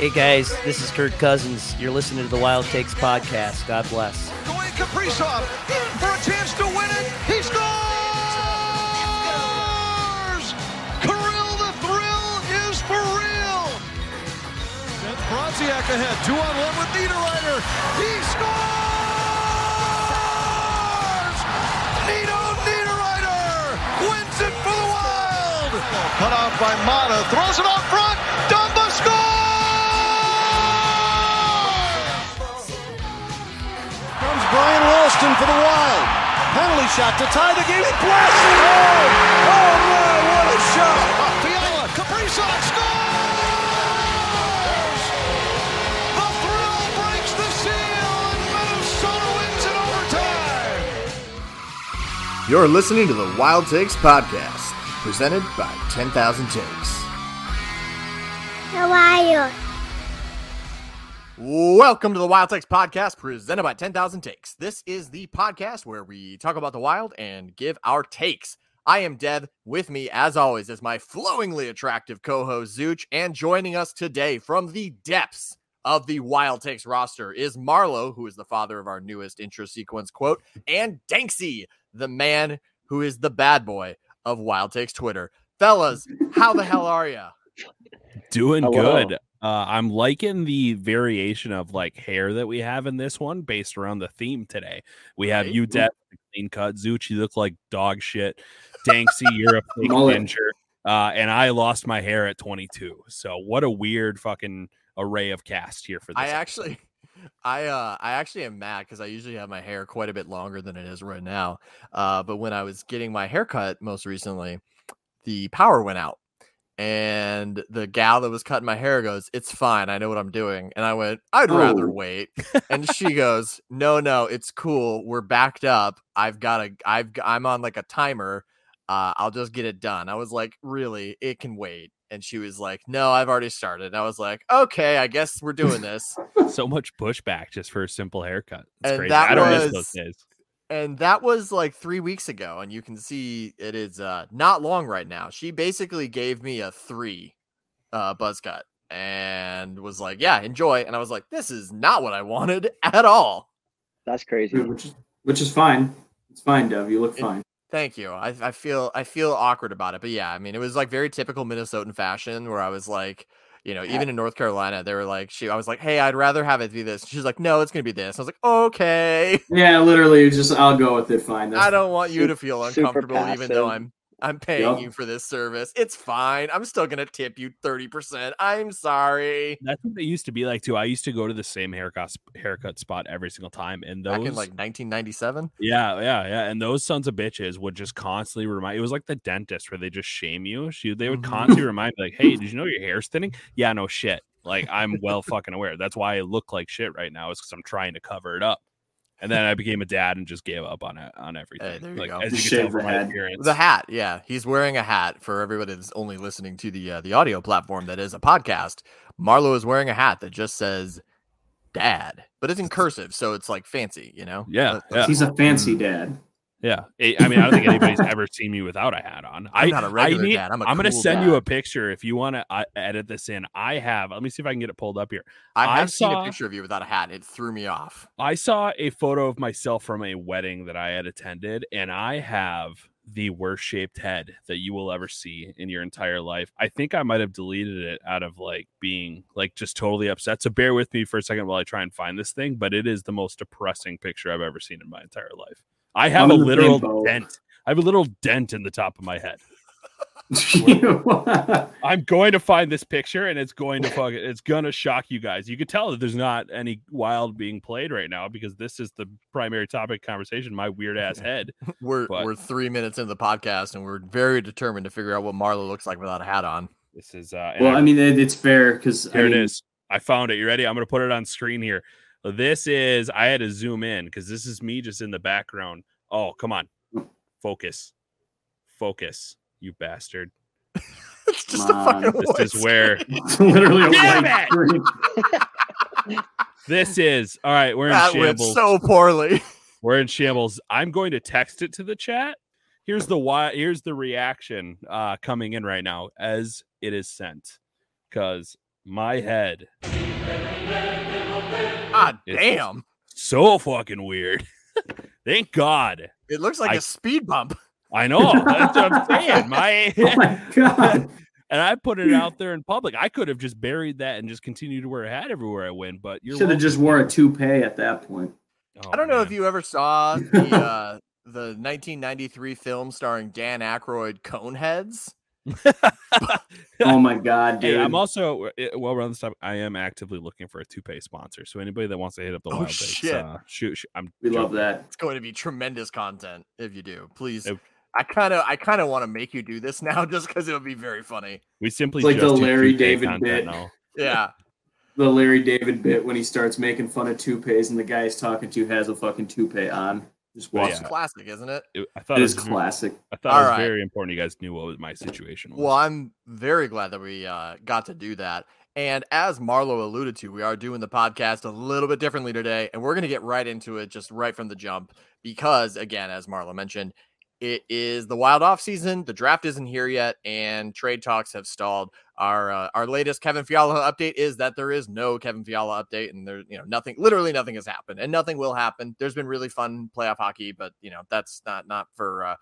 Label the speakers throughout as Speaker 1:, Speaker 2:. Speaker 1: Hey guys, this is Kurt Cousins. You're listening to the Wild Takes podcast. God bless.
Speaker 2: Going Kaprizov in for a chance to win it. He scores! Kirill, the thrill is for real. Bronziak ahead, two on one with Niederreiter. He scores! Nino Niederreiter wins it for the Wild. Cut off by Mata, throws it off front. Dumba scores!
Speaker 3: Comes Brian Ralston for the Wild. Penalty shot to tie the game. He blasts it home. Oh my, what a shot!
Speaker 2: Fiala, Kaprizov scores! The thrill breaks the seal, and Minnesota wins in overtime.
Speaker 4: You're listening to the Wild Takes Podcast, presented by 10,000 Takes.
Speaker 5: How are you?
Speaker 4: Welcome to the Wild Takes Podcast, presented by 10,000 Takes. This is the podcast where we talk about the wild and give our takes. I am Dev. With me, as always, is my flowingly attractive co host, Zooch. And joining us today from the depths of the Wild Takes roster is Marlo, who is the father of our newest intro sequence quote, and Danksy, the man who is the bad boy of Wild Takes Twitter. Fellas, how the hell are ya?
Speaker 6: Doing
Speaker 4: Oh,
Speaker 7: Hello.
Speaker 6: good. Uh, I'm liking the variation of like hair that we have in this one based around the theme today. We have
Speaker 4: Okay.
Speaker 6: you, Death, clean cut. Zuch, you look like dog shit. Danksy, you're a fake
Speaker 7: Mullet.
Speaker 6: ninja. Uh, and I lost my hair at 22. So what a weird fucking array of cast here for this.
Speaker 4: I actually, I uh, I actually am mad because I usually have my hair quite a bit longer than it is right now. Uh, but when I was getting my haircut most recently, the power went out, and the gal that was cutting my hair goes, "It's fine. I know what I'm doing." And I went, "I'd rather
Speaker 7: Oh.
Speaker 4: wait." and she goes, "No, no, it's cool. We're backed up. I've got a, I've, g- I'm on like a timer. Uh, I'll just get it done." I was like, "Really? It can wait." And she was like, "No, I've already started." And I was like, "Okay, I guess we're doing this."
Speaker 6: so much pushback just for a simple haircut. It's
Speaker 4: And
Speaker 6: crazy.
Speaker 4: that
Speaker 6: I don't
Speaker 4: was-
Speaker 6: miss those days.
Speaker 4: and that was like three weeks ago and you can see it is uh not long right now she basically gave me a three uh buzz cut and was like yeah enjoy and i was like this is not what i wanted at all
Speaker 7: That's crazy.
Speaker 8: Yeah, which is which is fine. It's fine, Dev. You look
Speaker 4: It-
Speaker 8: fine.
Speaker 4: thank you I, I feel i feel awkward about it but yeah i mean it was like very typical minnesotan fashion where i was like you know even in north carolina they were like she i was like hey i'd rather have it be this she's like no it's gonna be this i was like okay
Speaker 8: Yeah, literally, it's just I'll go with it. Fine. That's
Speaker 4: I don't want you
Speaker 7: su-
Speaker 4: to feel
Speaker 7: super
Speaker 4: uncomfortable, even though
Speaker 7: passive.
Speaker 4: I'm I'm paying
Speaker 8: Yeah.
Speaker 4: you for this service. It's fine. I'm still gonna tip you thirty percent. I'm sorry.
Speaker 6: That's what they used to be like too. I used to go to the same haircut haircut spot every single time, and those
Speaker 4: Back in like 1997.
Speaker 6: Yeah, yeah, yeah. And those sons of bitches would just constantly remind. It was like the dentist where they just shame you. She, they would
Speaker 4: Mhm.
Speaker 6: constantly remind, me, like, "Hey, did you know your hair's thinning?" Yeah, no shit. Like I'm well fucking aware. That's why I look like shit right now is because I'm trying to cover it up. And then I became a dad and just gave up on it on everything.
Speaker 4: there you
Speaker 6: like
Speaker 4: go.
Speaker 6: as
Speaker 8: Just
Speaker 6: you can tell
Speaker 8: shave the
Speaker 6: from my
Speaker 8: head.
Speaker 6: appearance,
Speaker 4: The hat, yeah, he's wearing a hat. For everybody that's only listening to the uh, the audio platform that is a podcast, Marlo is wearing a hat that just says "Dad," but it's in cursive, so it's like fancy, you know.
Speaker 6: Yeah,
Speaker 4: That-
Speaker 6: yeah.
Speaker 8: He's a fancy
Speaker 6: Mm.
Speaker 8: dad.
Speaker 6: Yeah, it- I mean, I don't think anybody's ever seen me without a hat on. I,
Speaker 4: I'm not a regular
Speaker 6: I need,
Speaker 4: dad. I'm a
Speaker 6: I'm gonna
Speaker 4: cool
Speaker 6: send you
Speaker 4: dad.
Speaker 6: a picture if you want to edit this in. I have. Let me see if I can get it pulled up here.
Speaker 4: I
Speaker 6: I
Speaker 4: have seen a
Speaker 6: saw-
Speaker 4: picture of you without a hat. It threw me off.
Speaker 6: I saw a photo of myself from a wedding that I had attended, and I have the worst shaped head that you will ever see in your entire life. I think I might have deleted it out of like being like just totally upset. So bear with me for a second while I try and find this thing, but it is the most depressing picture I've ever seen in my entire life. I have
Speaker 8: I'm
Speaker 6: a
Speaker 8: in the same
Speaker 6: literal
Speaker 8: boat.
Speaker 6: dent. I have a little dent in the top of my head.
Speaker 8: That's
Speaker 6: I'm going to find this picture and it's going to fuck it's gonna shock you guys. You could tell that there's not any wild being played right now because this is the primary topic of conversation, my weird ass head.
Speaker 4: We're
Speaker 6: But-
Speaker 4: we're three minutes into the podcast, and we're very determined to figure out what Marlo looks like without a hat on.
Speaker 6: This is uh and
Speaker 8: well,
Speaker 6: I-
Speaker 8: I mean, it, it's fair because
Speaker 6: here it is. I found it. You ready? I'm gonna put it on screen here. This is I had to zoom in because this is me just in the background. Oh, come on. Focus. Focus, you bastard.
Speaker 4: It's just
Speaker 8: Come
Speaker 4: a fucking
Speaker 8: on.
Speaker 6: This
Speaker 4: voice.
Speaker 6: is where
Speaker 8: It's literally a
Speaker 6: Damn
Speaker 8: white
Speaker 6: it!
Speaker 8: screen.
Speaker 6: this is. All right, we're in
Speaker 4: that went
Speaker 6: shambles.
Speaker 4: so poorly.
Speaker 6: We're in shambles. I'm going to text it to the chat. Here's the why. Here's the reaction uh, coming in right now as it is sent, because my head
Speaker 4: God
Speaker 6: It's-
Speaker 4: damn.
Speaker 6: so fucking weird. Thank God.
Speaker 4: It looks like a
Speaker 6: I-
Speaker 4: speed bump.
Speaker 6: I know. That's what I'm saying. My
Speaker 8: Oh my god.
Speaker 6: and I put it out there in public. I could have just buried that and just continued to wear a hat everywhere I went, but you're
Speaker 8: Should have just wore a toupee at that point.
Speaker 6: welcome.
Speaker 4: I don't know
Speaker 6: Oh,
Speaker 4: if you ever saw the uh, the 1993 film starring Dan Aykroyd, Coneheads.
Speaker 8: Oh my god, dude.
Speaker 6: Hey, I'm also eh, while we're on this topic, I am actively looking for a toupee sponsor. So anybody that wants to hit up the
Speaker 4: Oh,
Speaker 6: wild Bakes,
Speaker 4: shit.
Speaker 6: uh, shoot, shoot, I'm
Speaker 8: we love
Speaker 6: joking.
Speaker 8: that.
Speaker 4: It's going to be tremendous content if you do. Please,
Speaker 6: Nope.
Speaker 4: I kind of, I kind of want to make you do this now, just because it would be very funny.
Speaker 6: We simply
Speaker 8: It's like the
Speaker 6: just do
Speaker 8: Larry
Speaker 6: toupee
Speaker 8: David
Speaker 6: content
Speaker 8: bit.
Speaker 6: now.
Speaker 4: Yeah,
Speaker 8: The Larry David bit when he starts making fun of toupees and the guy he's talking to has a fucking toupee on. Just
Speaker 6: Well,
Speaker 8: watch
Speaker 4: it's
Speaker 6: yeah.
Speaker 4: classic, isn't it?
Speaker 6: It- I thought
Speaker 8: it
Speaker 6: it
Speaker 8: is
Speaker 6: was, ver-
Speaker 8: classic.
Speaker 6: I thought it was
Speaker 4: Alright.
Speaker 6: very important. You guys knew what was my situation. Was.
Speaker 4: Well, I'm very glad that we uh, got to do that. And as Marlo alluded to, we are doing the podcast a little bit differently today, and we're going to get right into it just right from the jump because, again, as Marlo mentioned, it is the wild off season. The draft isn't here yet, and trade talks have stalled. Our uh, our latest Kevin Fiala update is that there is no Kevin Fiala update, and there you know nothing, literally nothing has happened, and nothing will happen. There's been really fun playoff hockey, but you know that's not not for uh,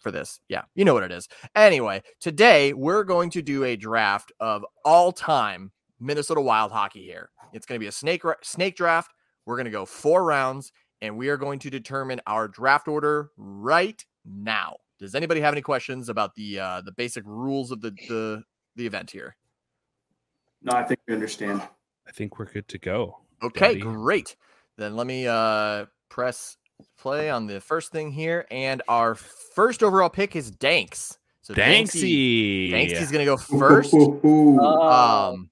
Speaker 4: for this. Yeah, you know what it is. Anyway, today we're going to do a draft of all time Minnesota Wild hockey here. It's going to be a snake ra- snake draft. We're going to go four rounds and we are going to determine our draft order right now. Does anybody have any questions about the uh, the basic rules of the the the event here?
Speaker 8: No, I think you understand.
Speaker 6: I think we're good to go.
Speaker 4: Okay,
Speaker 6: Daddy.
Speaker 4: great. Then let me uh press play on the first thing here and our first overall pick is Danks. So Danksy-
Speaker 6: Danksy,
Speaker 4: Danksy's going to go first.
Speaker 8: Oh,
Speaker 6: Uh,
Speaker 4: um,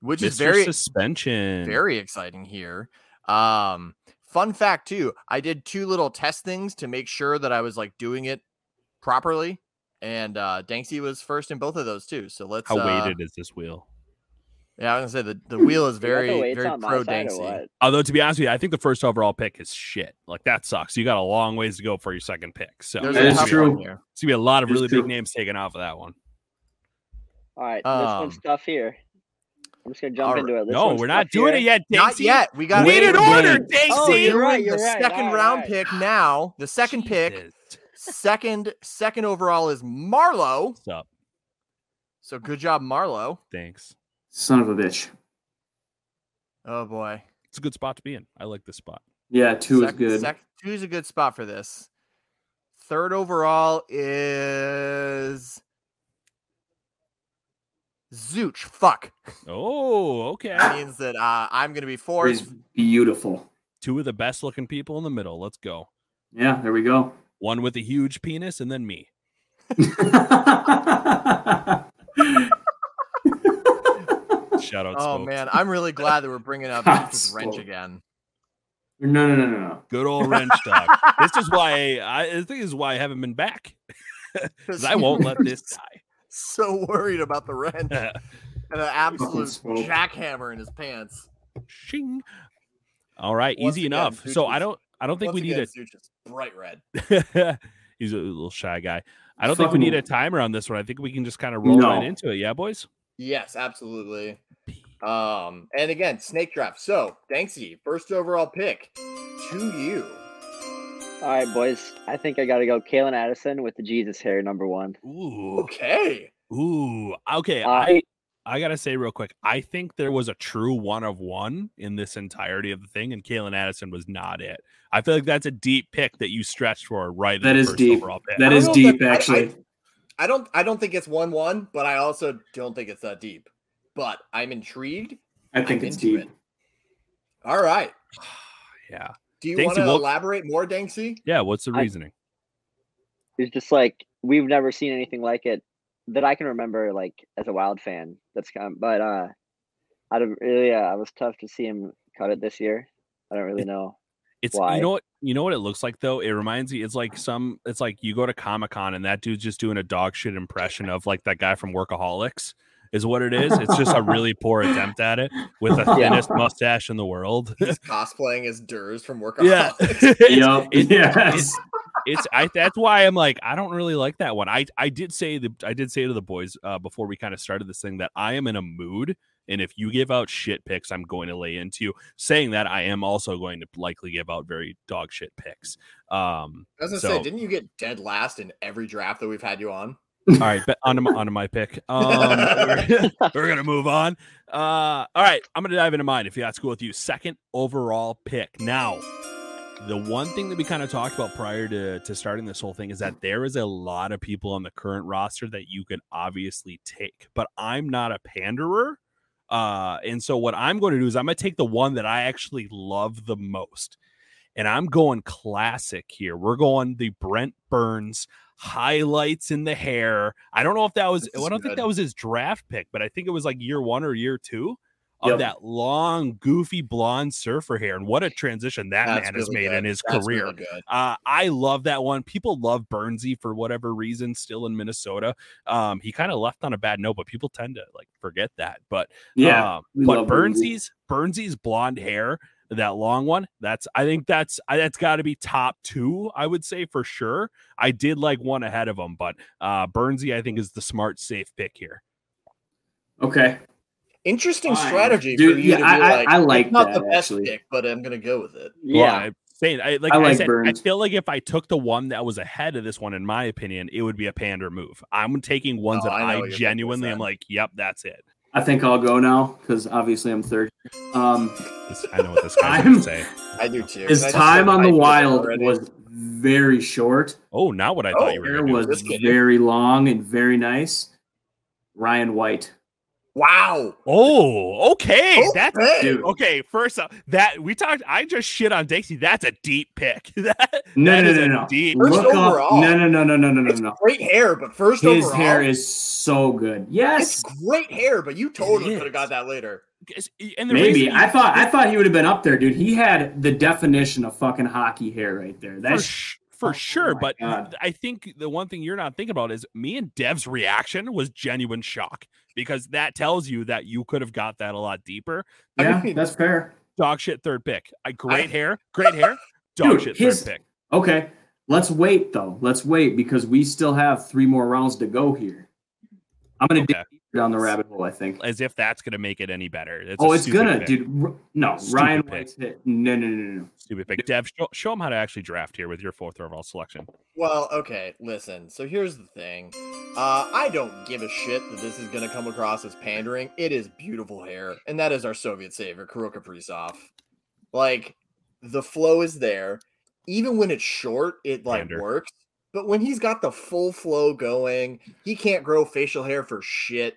Speaker 4: which
Speaker 6: Mr.
Speaker 4: is very
Speaker 6: suspension.
Speaker 4: very exciting here. Um, fun fact too, I did two little test things to make sure that I was like doing it properly, and uh, Danksy was first in both of those too. So let's.
Speaker 6: How
Speaker 4: uh,
Speaker 6: weighted is this wheel?
Speaker 4: Yeah, I was gonna say the, the wheel is
Speaker 7: You got the
Speaker 4: very
Speaker 7: weights
Speaker 4: very
Speaker 7: on my
Speaker 4: pro
Speaker 7: side or
Speaker 4: Danksy.
Speaker 7: what?
Speaker 6: Although to be honest with you, I think the first overall pick is shit. Like that sucks. You got a long ways to go for your second pick. So
Speaker 4: There's
Speaker 8: That
Speaker 4: a
Speaker 8: is
Speaker 4: tough
Speaker 8: true.
Speaker 4: one here.
Speaker 6: It's gonna be a lot of
Speaker 8: It's
Speaker 6: really
Speaker 8: true.
Speaker 6: big names taken off of that one.
Speaker 7: All right, this
Speaker 4: Um,
Speaker 7: one's tough here. I'm just gonna jump
Speaker 4: all
Speaker 7: into it. This
Speaker 6: no,
Speaker 7: one's
Speaker 6: we're not
Speaker 7: tough
Speaker 6: doing
Speaker 7: here.
Speaker 6: it yet, Dankzy.
Speaker 4: Not yet. We got
Speaker 6: We
Speaker 8: Wait
Speaker 6: need an
Speaker 8: a
Speaker 6: order,
Speaker 8: minute.
Speaker 6: Dankzy.
Speaker 7: Oh, you're right, you're
Speaker 4: the
Speaker 7: right,
Speaker 4: second
Speaker 7: alright,
Speaker 4: round
Speaker 7: alright.
Speaker 4: pick now. The second pick,
Speaker 6: Jesus.
Speaker 4: second second overall is Marlowe.
Speaker 6: What's up?
Speaker 4: So good job, Marlowe.
Speaker 6: Thanks.
Speaker 8: Son of a bitch.
Speaker 4: Oh boy.
Speaker 6: It's a good spot to be in. I like this spot.
Speaker 8: Yeah, two
Speaker 4: Sec-
Speaker 8: is good.
Speaker 4: sec- two is a good spot for this. Third overall is Zooch. Fuck
Speaker 6: Oh, okay.
Speaker 4: that means that uh, I'm gonna be
Speaker 8: He's
Speaker 4: fourth.
Speaker 8: beautiful.
Speaker 6: Two of the best looking people in the middle. Let's go.
Speaker 8: Yeah, there we go.
Speaker 6: One with a huge penis, and then me. Shout out.
Speaker 4: Oh
Speaker 6: Smokes.
Speaker 4: man, I'm really glad that we're bringing up
Speaker 8: Ah,
Speaker 4: Zooch's wrench
Speaker 8: Spoke.
Speaker 4: again.
Speaker 8: no, no, no, no, no.
Speaker 6: Good old wrench dog. this is why I, I think this is why I haven't been back. 'Cause I won't let this die.
Speaker 4: So worried about the wrench and an absolute
Speaker 8: Spoke.
Speaker 4: jackhammer in his pants.
Speaker 6: Shing. All right,
Speaker 4: Once
Speaker 6: easy
Speaker 4: again,
Speaker 6: enough. So I
Speaker 4: Gucci's-
Speaker 6: don't I don't think we
Speaker 4: Once
Speaker 6: need
Speaker 4: again, Zooch
Speaker 6: a
Speaker 4: is bright red.
Speaker 6: he's a little shy guy. I don't think we
Speaker 8: Fucking-
Speaker 6: need a timer on this one. I think we can just kind of roll right
Speaker 8: No.
Speaker 6: into it. Yeah, boys.
Speaker 4: Yes, absolutely. Um, and again, snake draft. So, Danksy, first overall pick to you.
Speaker 7: All right, boys. I think I gotta go. Kalen Addison with the Jesus hair, number one.
Speaker 6: Ooh,
Speaker 4: Okay.
Speaker 6: ooh. Okay,
Speaker 7: Uh,
Speaker 6: I I gotta say real quick. I think there was a true one of one in this entirety of the thing, and Kalen Addison was not it. I feel like that's a deep pick that you stretched for right. at
Speaker 8: That
Speaker 6: the
Speaker 8: is
Speaker 6: first
Speaker 8: deep.
Speaker 6: Overall pick.
Speaker 4: I
Speaker 8: That
Speaker 4: don't
Speaker 8: is
Speaker 4: know if
Speaker 8: deep,
Speaker 4: that- I-
Speaker 8: actually.
Speaker 4: I, don't I don't think it's one one, but I also don't think it's that deep. But I'm intrigued.
Speaker 8: I, think
Speaker 4: I'm
Speaker 8: it's
Speaker 4: into
Speaker 8: deep.
Speaker 4: it. All right.
Speaker 6: yeah,
Speaker 4: Do you
Speaker 6: Danksy,
Speaker 4: want to
Speaker 6: well-
Speaker 4: elaborate more, Danksy?
Speaker 6: yeah. What's the
Speaker 7: I-
Speaker 6: reasoning?
Speaker 7: It's just like we've never seen anything like it that I can remember, like as a Wild fan. That's come, but uh, I don't really. Yeah, it was tough to see him cut it this year. I don't really know.
Speaker 6: It's
Speaker 7: Why?
Speaker 6: you know what you know what it looks like though. It reminds me. It's like some. It's like you go to Comic Con and that dude's just doing a dog shit impression of like that guy from Workaholics. Is what it is. It's just a really poor attempt at it with the
Speaker 7: Yeah.
Speaker 6: thinnest mustache in the world.
Speaker 4: He's cosplaying as Durs from Work
Speaker 6: yeah, it's,
Speaker 8: Yup.
Speaker 6: it-
Speaker 8: yes.
Speaker 6: it's I, that's why I'm like I don't really like that one. I I did say the I did say to the boys uh, before we kind of started this thing that I am in a mood And if you give out shit picks, I'm going to lay into you. Saying that, I am also going to likely give out very dog shit picks. Um,
Speaker 4: I was gonna
Speaker 6: so-
Speaker 4: say, didn't you get dead last in every draft that we've had you on?
Speaker 6: all right, but onto my, onto my pick. Um, we're, we're gonna move on. Uh, all right, I'm gonna dive into mine if that's cool with you. Second overall pick. Now, the one thing that we kind of talked about prior to to starting this whole thing is that there is a lot of people on the current roster that you could obviously take, but I'm not a panderer. Uh, and so what I'm going to do is I'm going to take the one that I actually love the most. And I'm going classic here. We're going the Brent Burns highlights in the hair. I don't know if that was
Speaker 4: This
Speaker 6: I
Speaker 4: is
Speaker 6: don't think
Speaker 4: good.
Speaker 6: that was his draft pick, but I think it was like year 1 or year 2 of
Speaker 8: Yep.
Speaker 6: that long goofy blonde surfer hair. And what a transition that
Speaker 4: That's
Speaker 6: man has
Speaker 4: really
Speaker 6: made in
Speaker 4: good.
Speaker 6: his
Speaker 4: That's
Speaker 6: career.
Speaker 4: really good.
Speaker 6: Uh, I love that one. People love Bernsey for whatever reason, still in Minnesota. Um, he kind of left on a bad note, but people tend to like forget that. But
Speaker 8: Yeah,
Speaker 4: Uh,
Speaker 6: um,
Speaker 8: we
Speaker 6: but
Speaker 8: love Bernsey.
Speaker 6: Bernsey's Bernsey's blonde hair, that long one, that's I think that's I, that's got to be top two, I would say for sure. I did like one ahead of him, but uh, Bernsey I think is the smart, safe pick here.
Speaker 8: okay.
Speaker 4: Interesting
Speaker 8: Fine.
Speaker 4: strategy
Speaker 8: Dude,
Speaker 4: for you
Speaker 8: yeah,
Speaker 4: to be
Speaker 8: I- I-
Speaker 4: like,
Speaker 8: I like
Speaker 4: it's not the
Speaker 8: that,
Speaker 4: best
Speaker 8: actually.
Speaker 4: pick, but I'm gonna go with it.
Speaker 6: Well,
Speaker 7: Yeah.
Speaker 6: I'm saying I like
Speaker 8: I
Speaker 6: I,
Speaker 8: like
Speaker 6: said,
Speaker 8: Burns.
Speaker 6: I feel like if I took the one that was ahead of this one, in my opinion, it would be a pander move. I'm taking ones
Speaker 4: Oh,
Speaker 6: that
Speaker 4: I know
Speaker 6: I,
Speaker 4: what you're thinking,
Speaker 6: genuinely am
Speaker 4: son.
Speaker 6: like, yep, that's it.
Speaker 8: I think I'll go now because obviously I'm third. Um,
Speaker 6: This- I know what this guy's gonna
Speaker 8: I'm-
Speaker 6: say.
Speaker 4: I do too.
Speaker 8: his
Speaker 4: I just
Speaker 8: time
Speaker 4: said
Speaker 8: on the
Speaker 4: I did
Speaker 8: wild
Speaker 4: already.
Speaker 8: was very short.
Speaker 6: Oh, not what I
Speaker 4: Oh,
Speaker 6: thought you were.
Speaker 8: Hair
Speaker 6: Gonna do.
Speaker 8: was
Speaker 4: This kid.
Speaker 8: very long and very nice. Ryan White.
Speaker 4: wow.
Speaker 6: Oh, okay. That's
Speaker 4: Okay.
Speaker 8: Dude.
Speaker 6: okay. First up, that we talked. I just shit on Dixie. That's a deep pick. that
Speaker 8: No,
Speaker 6: that
Speaker 8: no,
Speaker 6: is
Speaker 8: no,
Speaker 6: a
Speaker 8: no, no.
Speaker 6: deep.
Speaker 4: First
Speaker 8: Look up.
Speaker 4: overall.
Speaker 8: No, no, no, no, no, no, no,
Speaker 4: It's
Speaker 8: no.
Speaker 4: great hair, but first
Speaker 8: His
Speaker 4: overall,
Speaker 8: hair is so good.
Speaker 4: it's
Speaker 8: Yes,
Speaker 4: great hair, but you totally
Speaker 6: is.
Speaker 4: could have got that later.
Speaker 6: And the
Speaker 8: maybe.
Speaker 6: reason-
Speaker 8: I thought I thought he would have been up there, dude. He had the definition of fucking hockey hair right there.
Speaker 6: for,
Speaker 8: That's
Speaker 6: sh- for
Speaker 8: oh
Speaker 6: sure.
Speaker 8: my
Speaker 6: But
Speaker 8: God.
Speaker 6: I think the one thing you're not thinking about is me and Dev's reaction was genuine shock because that tells you that you could have got that a lot deeper.
Speaker 4: I
Speaker 8: yeah,
Speaker 4: mean-
Speaker 8: that's fair.
Speaker 6: Dog shit third pick. I great hair, great hair. Dog
Speaker 8: Dude,
Speaker 6: shit
Speaker 8: his-
Speaker 6: third pick.
Speaker 8: Okay, let's wait though. Let's wait because we still have three more rounds to go here. I'm gonna
Speaker 6: Okay.
Speaker 8: dig down the rabbit hole. I think.
Speaker 6: As if that's gonna make it any better. That's a
Speaker 8: oh, it's
Speaker 6: stupid
Speaker 8: gonna,
Speaker 6: pick.
Speaker 8: dude. R- no,
Speaker 6: Stupid
Speaker 8: Ryan
Speaker 6: pick.
Speaker 8: White's hit. No, no, no, no, no.
Speaker 6: Stupid pick. Dev, show, show him how to actually draft here with your fourth overall selection.
Speaker 4: Well, okay, listen. So here's the thing. Uh, I don't give a shit that this is going to come across as pandering. It is beautiful hair, and that is our Soviet savior, Kirill Kaprizov. Like, the flow is there. Even when it's short, it like
Speaker 6: Pander.
Speaker 4: works. But when he's got the full flow going, he can't grow facial hair for shit.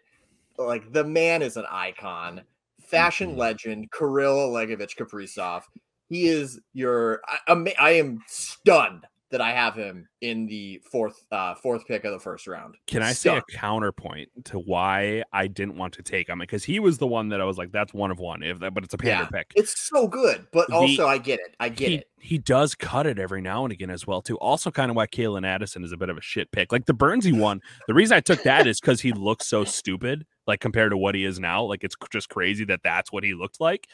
Speaker 4: Like, the man is an icon, fashion
Speaker 6: Mhm.
Speaker 4: legend, Kirill Olegovich Kaprizov. He is your. I, ama- I am stunned that I have him in the fourth uh fourth pick of the first round.
Speaker 6: Can I say a
Speaker 4: Stuck.
Speaker 6: counterpoint to why I didn't want to take him? Because he was the one that I was like, that's one of one, if that, but it's a pander pick.
Speaker 4: It's so good, but
Speaker 6: The-
Speaker 4: also I get it. I get
Speaker 6: he,
Speaker 4: it.
Speaker 6: he does cut it every now and again as well too. Also, kind of why Kalen Addison is a bit of a shit pick. Like the Bernsey one, the reason I took that is because he looks so stupid, like compared to what he is now. Like it's just crazy that that's what he looked like.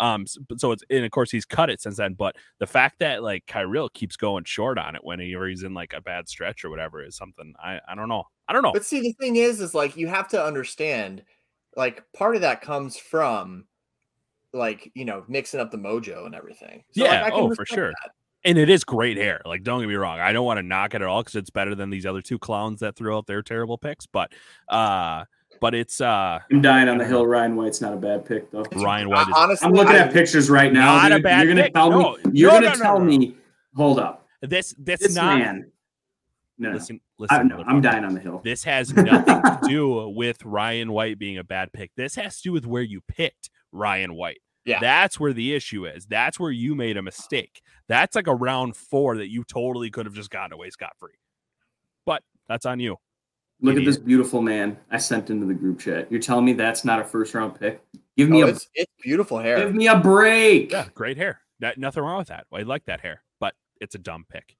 Speaker 6: Um, s- but- so it's and of course he's cut it since then. But the fact that like Kyril keeps going short on it whenever he's in like a bad stretch or whatever is something I I don't know. I don't know.
Speaker 4: But see, the thing is, is like you have to understand, like part of that comes from, like you know, mixing up the mojo and everything. So, like,
Speaker 6: Yeah,
Speaker 4: I can
Speaker 6: oh, for
Speaker 4: respect
Speaker 6: sure.
Speaker 4: that.
Speaker 6: and it is great hair. Like, don't get me wrong. I don't want to knock it at all because it's better than these other two clowns that threw out their terrible picks. But, uh, but it's uh,
Speaker 8: I'm dying on the hill. Ryan White's not a bad pick though.
Speaker 6: Ryan White. Is,
Speaker 4: Uh, honestly,
Speaker 8: I'm looking
Speaker 4: I-
Speaker 8: at pictures right now.
Speaker 6: Not a
Speaker 8: dude.
Speaker 6: bad
Speaker 8: You're gonna
Speaker 6: pick.
Speaker 8: tell
Speaker 6: No.
Speaker 8: me. You're
Speaker 6: No,
Speaker 8: gonna
Speaker 6: no, no,
Speaker 8: tell
Speaker 6: no.
Speaker 8: me. Hold up.
Speaker 6: this this,
Speaker 8: This
Speaker 6: not
Speaker 8: man. No, no.
Speaker 6: listen.
Speaker 8: I,
Speaker 6: Listen,
Speaker 8: no I'm
Speaker 6: motherfucker.
Speaker 8: dying on the hill.
Speaker 6: This has nothing to do with Ryan White being a bad pick. This has to do with where you picked Ryan White.
Speaker 4: Yeah.
Speaker 6: That's where the issue is. That's where you made a mistake. That's like a round four that you totally could have just gotten away scot free. But that's on you.
Speaker 8: Look at
Speaker 6: Idiot.
Speaker 8: this beautiful man I sent into the group chat. You're telling me that's not a first round pick? Give
Speaker 4: oh,
Speaker 8: me a
Speaker 4: it's, it's beautiful hair.
Speaker 8: give me a break.
Speaker 6: Yeah, great hair. That, nothing wrong with that. I like that hair, but it's a dumb pick.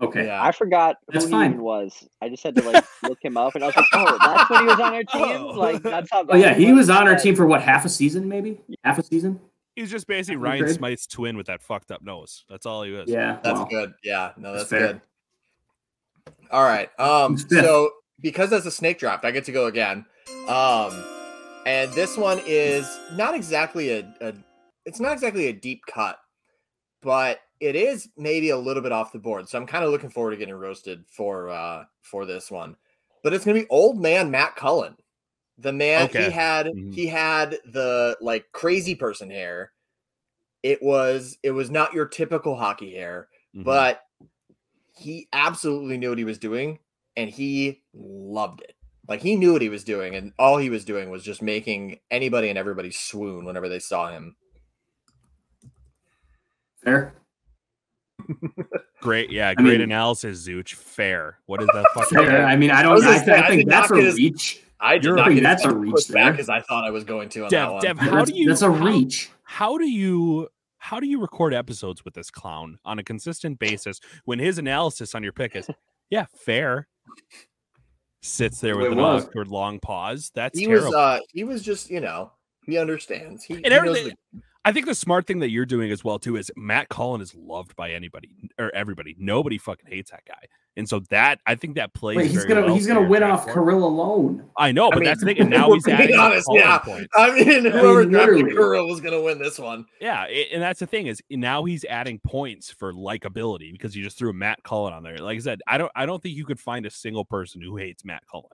Speaker 8: Okay.
Speaker 4: Yeah.
Speaker 7: I forgot
Speaker 8: That's
Speaker 7: who
Speaker 8: fine.
Speaker 7: he even was. I just had to like look him up, and I was like, "Oh, that's when he was on our
Speaker 6: Oh.
Speaker 7: team." Like that's how.
Speaker 8: Oh yeah, he was on our team for what half a season, maybe half a season.
Speaker 6: He's just basically
Speaker 8: That's
Speaker 6: Ryan
Speaker 8: okay.
Speaker 6: Smythe's twin with that fucked up nose. That's all he was.
Speaker 8: Yeah,
Speaker 4: That's
Speaker 8: wow.
Speaker 4: good. Yeah, no,
Speaker 8: That's
Speaker 4: that's,
Speaker 8: fair.
Speaker 4: good. All right. Um,
Speaker 8: Who's fifth?
Speaker 4: so because that's a snake draft, I get to go again. Um, And this one is not exactly a, a it's not exactly a deep cut, but it is maybe a little bit off the board. So I'm kind of looking forward to getting roasted for uh for this one. But it's gonna be old man Matt Cullen. The man he
Speaker 6: Okay.
Speaker 4: had
Speaker 8: Mm-hmm.
Speaker 6: Mhm.
Speaker 4: he had the like crazy person hair. It was it was not your typical hockey hair
Speaker 6: Mhm.
Speaker 4: but he absolutely knew what he was doing and he loved it. Like he knew what he was doing, and all he was doing was just making anybody and everybody swoon whenever they saw him.
Speaker 8: Fair.
Speaker 6: great, yeah,
Speaker 8: I
Speaker 6: great
Speaker 8: mean-
Speaker 6: analysis, Zooch. Fair. What is that fucking?
Speaker 8: Fair. I mean, I
Speaker 4: I was
Speaker 8: don't.
Speaker 4: gonna
Speaker 8: I,
Speaker 4: say,
Speaker 8: I
Speaker 4: I
Speaker 8: think
Speaker 4: did
Speaker 8: that's
Speaker 4: not
Speaker 8: a
Speaker 4: get as-
Speaker 8: reach.
Speaker 4: I did
Speaker 6: You're-
Speaker 4: not
Speaker 8: I
Speaker 4: get
Speaker 8: mean,
Speaker 4: as
Speaker 8: that's a
Speaker 4: much
Speaker 8: reach
Speaker 4: pushback
Speaker 8: there.
Speaker 4: as I thought I was going to on that
Speaker 6: Dev,
Speaker 4: one.
Speaker 6: Dev, how
Speaker 8: That's,
Speaker 6: do you?
Speaker 8: that's a
Speaker 6: how-
Speaker 8: reach.
Speaker 6: How do you? How do you record episodes with this clown on a consistent basis when his analysis on your pick is, yeah, fair? Sits there with
Speaker 8: It
Speaker 6: an
Speaker 8: was.
Speaker 6: awkward long pause. That's
Speaker 4: he
Speaker 6: terrible.
Speaker 4: was uh he was just, you know, he understands. He, he
Speaker 6: and
Speaker 4: knows
Speaker 6: everything.
Speaker 4: the-
Speaker 6: I think the smart thing that you're doing as well too is Matt Collin is loved by anybody or everybody. Nobody fucking hates that guy, and so that I think that plays.
Speaker 8: Wait, he's
Speaker 6: very
Speaker 8: gonna
Speaker 6: well
Speaker 8: he's
Speaker 6: for
Speaker 8: gonna
Speaker 6: your
Speaker 8: win
Speaker 6: draft
Speaker 8: off
Speaker 6: board.
Speaker 8: Kirill alone.
Speaker 6: I know, but
Speaker 4: mean,
Speaker 6: that's the thing. And now he's
Speaker 4: being
Speaker 6: adding the
Speaker 4: honest,
Speaker 6: Colin
Speaker 4: yeah.
Speaker 6: points.
Speaker 4: I mean, whoever drafted
Speaker 8: literally.
Speaker 4: Kirill was gonna win this one.
Speaker 6: Yeah, a- and that's the thing is now he's adding points for likability because you just threw Matt Cullen on there. Like I said, I don't I don't think you could find a single person who hates Matt Cullen.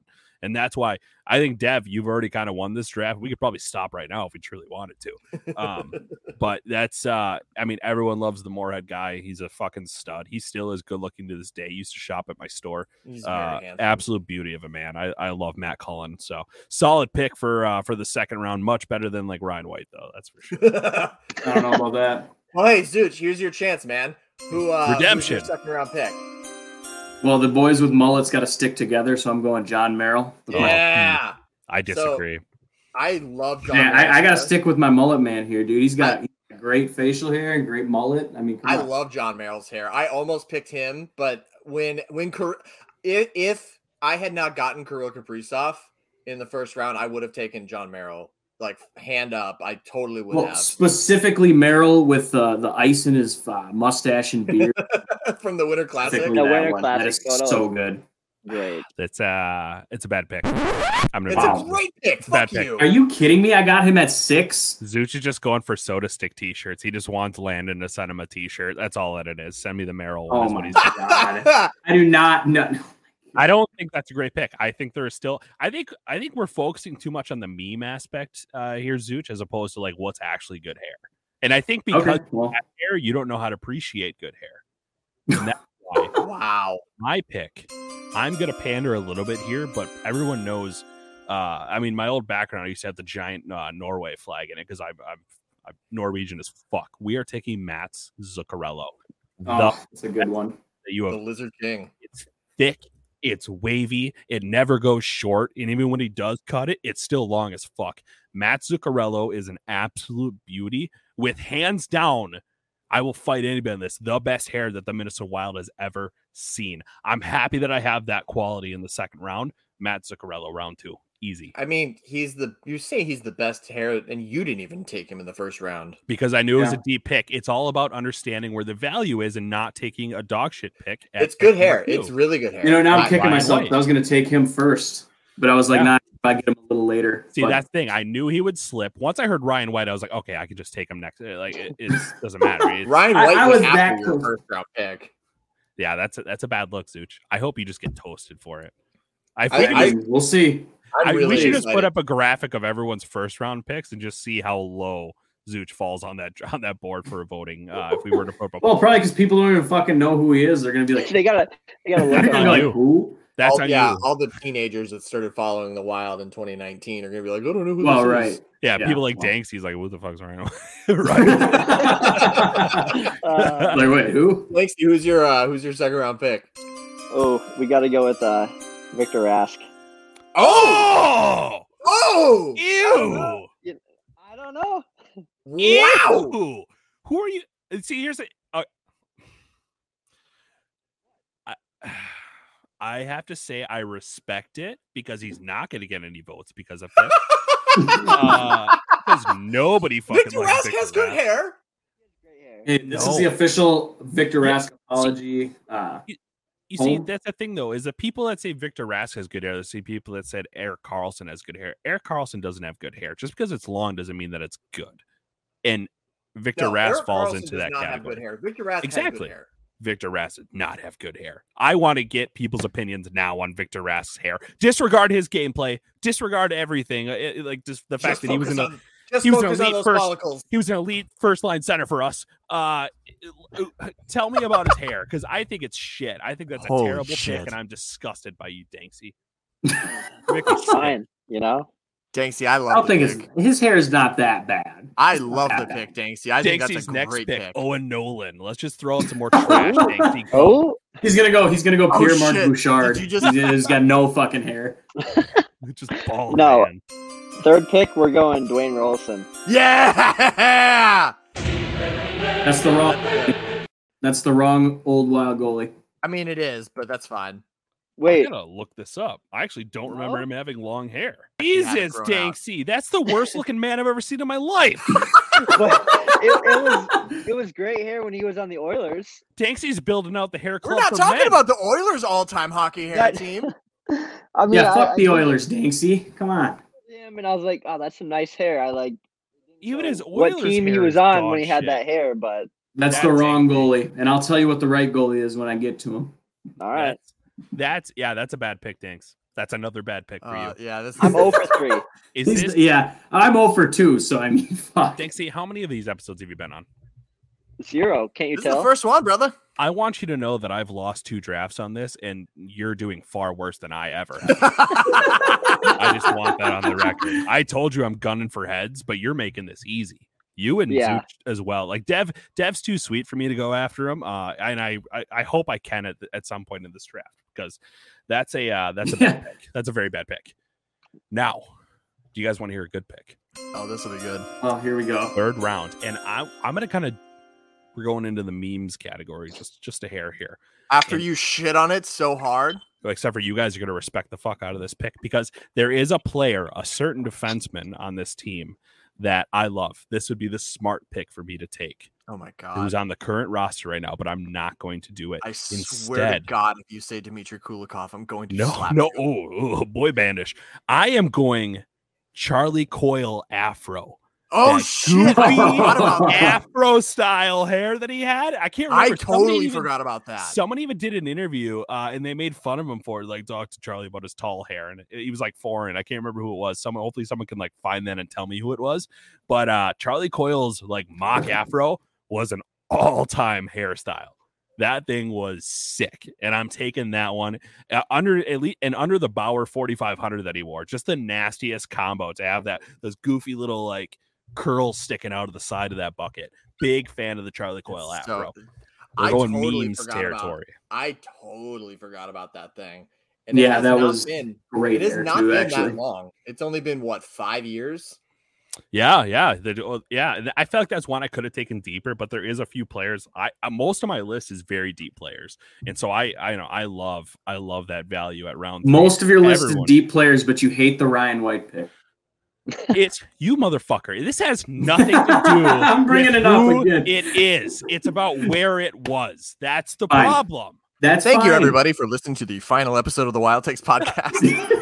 Speaker 6: And that's why I think Dev, you've already kind of won this draft. We could probably stop right now if we truly wanted to. Um, but that's uh I mean, everyone loves the Moorhead guy. He's a fucking stud. He still is good looking to this day. He used to shop at my store.
Speaker 4: He's very
Speaker 6: Uh,
Speaker 4: handsome.
Speaker 6: absolute beauty of a man. I, I love Matt Cullen. So solid pick for uh for the second round. Much better than like Ryan White, though. That's for sure.
Speaker 8: I don't know about that.
Speaker 4: well, hey, Zuch, here's your chance, man. Who uh who's your
Speaker 6: Redemption.
Speaker 4: second round pick?
Speaker 8: Well, the boys with mullets got to stick together, so I'm going John Merrill. The
Speaker 6: Oh,
Speaker 4: Yeah.
Speaker 6: I
Speaker 4: So-
Speaker 6: disagree.
Speaker 4: I love John.
Speaker 8: Yeah, I, I
Speaker 4: Merrill.
Speaker 8: gotta stick with my mullet man here, dude. He's got, he's got great facial hair and great mullet. I mean, come
Speaker 4: I
Speaker 8: on.
Speaker 4: love John Merrill's hair. I almost picked him, but when when Kir- if, if I had not gotten Kirill Kaprizov in the first round, I would have taken John Merrill. Like hand up, I totally would
Speaker 8: well,
Speaker 4: have
Speaker 8: specifically Merrill with uh, the ice in his uh, mustache and beard.
Speaker 4: from the Winter Classic.
Speaker 8: Specifically
Speaker 7: The
Speaker 8: that,
Speaker 7: Winter
Speaker 8: one. that
Speaker 7: Classic
Speaker 8: is
Speaker 7: photo.
Speaker 8: so good.
Speaker 7: Great.
Speaker 6: That's uh it's a bad pick. I'm gonna
Speaker 4: It's
Speaker 6: be
Speaker 8: Wow.
Speaker 4: a
Speaker 6: honest.
Speaker 4: great pick. Fuck
Speaker 6: Bad pick.
Speaker 4: you.
Speaker 8: Are you kidding me? I got him at six.
Speaker 6: Zooch is just going for soda stick t-shirts. He just wants Landon to send him a t-shirt. That's all that it is. Send me the Merrill one.
Speaker 8: Oh
Speaker 6: is what
Speaker 8: my
Speaker 6: he's
Speaker 8: god! I do not know.
Speaker 6: I don't think that's a great pick. I think there is still I think I think we're focusing too much on the meme aspect uh here, Zooch, as opposed to like what's actually good hair. And I think because
Speaker 8: Okay,
Speaker 6: of
Speaker 8: well,
Speaker 6: that hair, you don't know how to appreciate good hair. And that's why
Speaker 4: wow.
Speaker 6: my pick. I'm gonna pander a little bit here, but everyone knows. Uh, I mean, my old background, I used to have the giant uh, Norway flag in it because I'm, I'm, I'm Norwegian as fuck. We are taking Mats Zuccarello. The
Speaker 8: oh, it's a good one.
Speaker 6: that you
Speaker 4: The
Speaker 6: have
Speaker 4: Lizard King.
Speaker 6: it's thick, it's wavy, it never goes short, and even when he does cut it, it's still long as fuck. Matt Zuccarello is an absolute beauty with hands down. I will fight anybody on this. The best hair that the Minnesota Wild has ever seen. I'm happy that I have that quality in the second round. Matt Zuccarello, round two, easy
Speaker 4: I mean, he's the you say he's the best hair, and you didn't even take him in the first round.
Speaker 6: because I knew it was a deep pick. It's all about understanding where the value is and not taking a dog shit pick. at
Speaker 4: It's good
Speaker 6: pick number
Speaker 4: hair.
Speaker 6: two.
Speaker 4: It's really good hair.
Speaker 8: You know, now
Speaker 4: I-
Speaker 8: I'm kicking
Speaker 6: Ryan
Speaker 8: myself.
Speaker 6: White.
Speaker 8: I was gonna take him first, but I was like,
Speaker 6: Yeah.
Speaker 8: nah, if I get him a little later.
Speaker 6: See,
Speaker 8: But
Speaker 6: that's the thing. I knew he would slip. Once I heard Ryan White, I was like, okay, I can just take him next. Uh, Like it, it doesn't matter. It's-
Speaker 4: Ryan
Speaker 8: I-
Speaker 4: White
Speaker 8: I
Speaker 4: was,
Speaker 8: was that
Speaker 4: after your
Speaker 8: close.
Speaker 4: first round pick.
Speaker 6: yeah, that's a, that's a bad look, Zuch. I hope you just get toasted for it. I,
Speaker 4: I-
Speaker 6: think
Speaker 4: I-
Speaker 8: we'll see.
Speaker 4: I'm
Speaker 6: I-
Speaker 4: really
Speaker 6: we should just
Speaker 4: excited.
Speaker 6: put up a graphic of everyone's first round picks and just see how low Zuch falls on that on that board for voting. Uh, if we were to put up,
Speaker 8: Well, probably because people don't even fucking know who he is. They're gonna be like,
Speaker 7: they gotta they gotta
Speaker 8: they're
Speaker 7: look
Speaker 8: gonna
Speaker 6: on
Speaker 8: be
Speaker 7: up.
Speaker 8: like,
Speaker 6: you.
Speaker 8: who?
Speaker 6: that's
Speaker 4: all,
Speaker 6: on
Speaker 4: Oh, yeah,
Speaker 6: you.
Speaker 4: all the teenagers that started following the wild in 2019 are gonna be like, I don't know who
Speaker 8: Well,
Speaker 4: this
Speaker 8: right.
Speaker 4: is.
Speaker 6: Yeah,
Speaker 8: yeah,
Speaker 6: people like
Speaker 8: well.
Speaker 6: Danks. He's like, what the fuck's Ryan? Ryan?
Speaker 8: like,
Speaker 7: Uh,
Speaker 8: wait, who?
Speaker 4: Lexi, who's your uh, who's your second round pick?
Speaker 7: oh, we gotta go with uh, Victor Rask.
Speaker 6: Oh,
Speaker 4: Oh,
Speaker 6: ew.
Speaker 7: I don't know.
Speaker 4: wow!
Speaker 6: Ew! Who are you? uh, See, here's a. Uh, I, I have to say I respect it because he's not going to get any votes because of this. Because nobody fucking
Speaker 4: Victor
Speaker 6: likes
Speaker 4: Rask
Speaker 6: Victor
Speaker 4: has good
Speaker 6: Rask.
Speaker 4: hair.
Speaker 7: Great hair.
Speaker 8: Hey, this
Speaker 6: No.
Speaker 8: is the official Victor
Speaker 6: Yeah.
Speaker 8: Rask apology. Uh,
Speaker 6: you see,
Speaker 8: Oh.
Speaker 6: that's the thing though, is the people that say Victor Rask has good hair, they see people that said Eric Carlson has good hair. Eric Carlson doesn't have good hair. Just because it's long doesn't mean that it's good. And Victor
Speaker 4: No,
Speaker 6: Rask
Speaker 4: Eric
Speaker 6: falls
Speaker 4: Carlson
Speaker 6: into
Speaker 4: does
Speaker 6: that
Speaker 4: not have
Speaker 6: category.
Speaker 4: good hair. Victor Rask has
Speaker 6: Exactly.
Speaker 4: good hair.
Speaker 6: Victor Rask did not have good hair. I want to get people's opinions now on Victor Rask's hair. Disregard his gameplay. Disregard everything. uh, uh, like just the
Speaker 4: Just
Speaker 6: fact that he was
Speaker 4: focus
Speaker 6: in a
Speaker 4: on- just
Speaker 6: he was an
Speaker 4: focus on
Speaker 6: elite
Speaker 4: those
Speaker 6: first-
Speaker 4: follicles.
Speaker 6: he was an elite first line center for us. Uh, tell me about his hair because I think it's shit. I think that's a
Speaker 1: Holy
Speaker 6: terrible
Speaker 1: shit.
Speaker 6: pick, and I'm disgusted by you, Danksy.
Speaker 7: It's fine, you know.
Speaker 4: Danksy, I
Speaker 8: I
Speaker 4: love
Speaker 8: don't
Speaker 4: the
Speaker 8: think his
Speaker 4: pick.
Speaker 8: his hair is not that bad.
Speaker 4: I love the pick, Danksy. I think that's
Speaker 6: Danksy's
Speaker 4: a
Speaker 6: next
Speaker 4: great
Speaker 6: pick, Oh.
Speaker 4: pick.
Speaker 6: Owen Nolan. Let's just throw in some more trash. Danksy. Go.
Speaker 7: Oh,
Speaker 8: He's gonna go. He's gonna go.
Speaker 4: Oh,
Speaker 8: Pierre Marc
Speaker 4: shit.
Speaker 8: Bouchard.
Speaker 4: Did you just-
Speaker 8: He's- he's got no fucking hair.
Speaker 6: just bald.
Speaker 7: No.
Speaker 6: man.
Speaker 7: third pick, we're going Dwayne Rolson.
Speaker 4: Yeah.
Speaker 8: That's the wrong. That's the wrong old wild goalie.
Speaker 4: I mean, it is, but that's fine.
Speaker 7: Wait,
Speaker 6: I'm gonna look this up. I actually don't
Speaker 7: No?
Speaker 6: remember him having long hair.
Speaker 4: He had it
Speaker 6: Jesus,
Speaker 4: grown out.
Speaker 6: Danksy, that's the worst looking man I've ever seen in my life.
Speaker 7: but it, it was it was great hair when he was on the Oilers.
Speaker 6: Danksy's building out the hair club.
Speaker 4: We're not
Speaker 6: for
Speaker 4: talking
Speaker 6: men.
Speaker 4: about the Oilers' all-time hockey hair
Speaker 7: That-
Speaker 4: team.
Speaker 7: I mean,
Speaker 8: yeah,
Speaker 7: I,
Speaker 8: fuck
Speaker 7: I
Speaker 8: the
Speaker 7: looked
Speaker 8: Oilers, Danksy. Come on.
Speaker 7: at him and I was like, oh, that's some nice hair. I like
Speaker 6: even
Speaker 7: know
Speaker 6: his Oilers
Speaker 7: what team he
Speaker 6: hair
Speaker 7: was
Speaker 6: is
Speaker 7: on
Speaker 6: dog
Speaker 7: when he had
Speaker 6: shit.
Speaker 7: that hair. But
Speaker 8: That's, the
Speaker 6: That's
Speaker 8: wrong goalie, and I'll tell you what the right goalie is when I get to him.
Speaker 7: all right,
Speaker 6: That's, that's yeah, that's a bad pick, Danks. That's another bad pick for
Speaker 4: Uh,
Speaker 6: you.
Speaker 4: yeah, this is
Speaker 7: I'm 0 for three.
Speaker 6: Is
Speaker 8: He's-
Speaker 6: this
Speaker 8: yeah, I'm 0 for two, so I mean, fuck.
Speaker 6: Danksy? How many of these episodes have you been on?
Speaker 7: Zero. Can't you
Speaker 4: this is
Speaker 7: tell?
Speaker 4: the first one, brother.
Speaker 6: I want you to know that I've lost two drafts on this, and you're doing far worse than I ever. have.
Speaker 4: Oh,
Speaker 6: I just want that on the record. I told you I'm gunning for heads, but you're making this easy. You and
Speaker 7: Yeah.
Speaker 6: Zuch as well. Like Dev, Dev's too sweet for me to go after him. Uh, and I, I, I hope I can at, at some point in this draft because that's a, uh, that's a bad pick. That's a very bad pick. Now, do you guys want to hear a good pick?
Speaker 4: oh, this will be good.
Speaker 8: Oh, here we go.
Speaker 6: Third round, and I, I'm gonna kind of, we're going into the memes category just, just a hair here.
Speaker 4: After
Speaker 6: And-
Speaker 4: you shit on it so hard,
Speaker 6: except for you guys are going to respect the fuck out of this pick because there is a player, a certain defenseman on this team that I love. This would be the smart pick for me to take.
Speaker 4: oh my
Speaker 6: Who's
Speaker 4: god!
Speaker 6: on the current roster right now, but I'm not going to do it.
Speaker 4: I swear to
Speaker 6: instead-
Speaker 4: God, if you say Dmitry Kulikov, I'm going to
Speaker 6: No,
Speaker 4: slap
Speaker 6: no,
Speaker 4: you.
Speaker 6: oh, oh, boy bandish. I am going Charlie Coyle Afro.
Speaker 4: Oh
Speaker 6: That
Speaker 4: shit! I
Speaker 6: goofy
Speaker 4: forgot about that.
Speaker 6: Afro style hair that he had. I can't
Speaker 4: I
Speaker 6: remember. Somebody
Speaker 4: totally
Speaker 6: even
Speaker 4: forgot about that.
Speaker 6: Someone even did an interview uh, and they made fun of him for it, like talked to Charlie about his tall hair. And he was like foreign. I can't remember who it was. Someone hopefully someone can like find that and tell me who it was. But uh Charlie Coyle's like mock afro was an all-time hairstyle. That thing was sick. And I'm taking that one. Uh, under elite and under the Bauer 4500 that he wore. Just the nastiest combo to have that those goofy little like curls sticking out of the side of that bucket. Big fan of the Charlie Coyle
Speaker 4: It's so-
Speaker 6: afro. We're
Speaker 4: I
Speaker 6: going
Speaker 4: totally
Speaker 6: memes
Speaker 4: forgot about-
Speaker 6: territory.
Speaker 4: I totally forgot about that thing. it
Speaker 8: Yeah,
Speaker 4: has
Speaker 8: that
Speaker 4: not
Speaker 8: was
Speaker 4: been,
Speaker 8: Great
Speaker 4: it has
Speaker 8: hair
Speaker 4: not
Speaker 8: too,
Speaker 4: been
Speaker 8: actually.
Speaker 4: that long. It's only been what five years.
Speaker 6: Yeah, yeah, the, oh, yeah. and I feel like that's one I could have taken deeper, but there is a few players. I uh, most of my list is very deep players, and so I, I know I love, I love that value at round. three.
Speaker 8: Most of your list
Speaker 6: Everyone.
Speaker 8: is deep players, but you hate the Ryan White pick.
Speaker 6: It's you, motherfucker. This has nothing to do.
Speaker 8: I'm bringing
Speaker 6: with
Speaker 8: it up
Speaker 6: who
Speaker 8: again.
Speaker 6: It is. It's about where it was. That's the
Speaker 8: Fine.
Speaker 6: problem.
Speaker 8: That's
Speaker 4: Thank you,
Speaker 8: fine.
Speaker 4: everybody, for listening to the final episode of the Wild Takes podcast.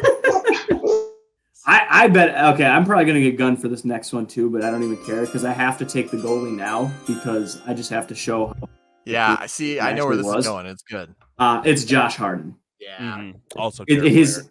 Speaker 8: I, I bet okay, I'm probably gonna get gunned for this next one too, but I don't even care because I have to take the goalie now because I just have to show
Speaker 4: yeah, I see. I know where this
Speaker 8: Actually was. Mm-hmm.
Speaker 4: is going. It's good.
Speaker 8: uh it's Josh Harden.
Speaker 4: Yeah.
Speaker 6: Mhm. Also,
Speaker 8: It-
Speaker 6: terrible
Speaker 8: his-
Speaker 6: hair.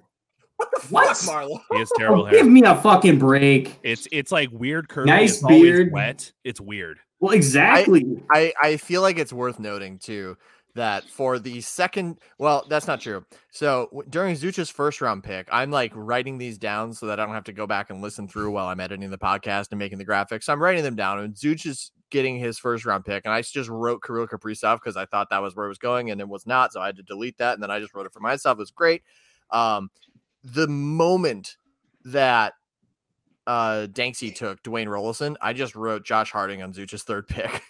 Speaker 8: What?
Speaker 4: Fuck Marlo.
Speaker 6: He has
Speaker 8: Oh,
Speaker 6: terrible
Speaker 8: give
Speaker 6: hair.
Speaker 8: me a fucking break.
Speaker 6: It's it's like weird curly.
Speaker 8: Nice
Speaker 6: it's always
Speaker 8: beard.
Speaker 6: Wet. It's weird.
Speaker 8: Well, exactly.
Speaker 4: I, I feel like it's worth noting too that for the second well that's not true so w- during zucha's first round pick i'm like writing these down so that i don't have to go back and listen through while i'm editing the podcast and making the graphics i'm writing them down and zuch is getting his first round pick and i s- just wrote kirill kaprizov because i thought that was where it was going and it was not so i had to delete that and then i just wrote it for myself it was great um the moment that uh danksy took dwayne rollison i just wrote josh harding on zuch's third pick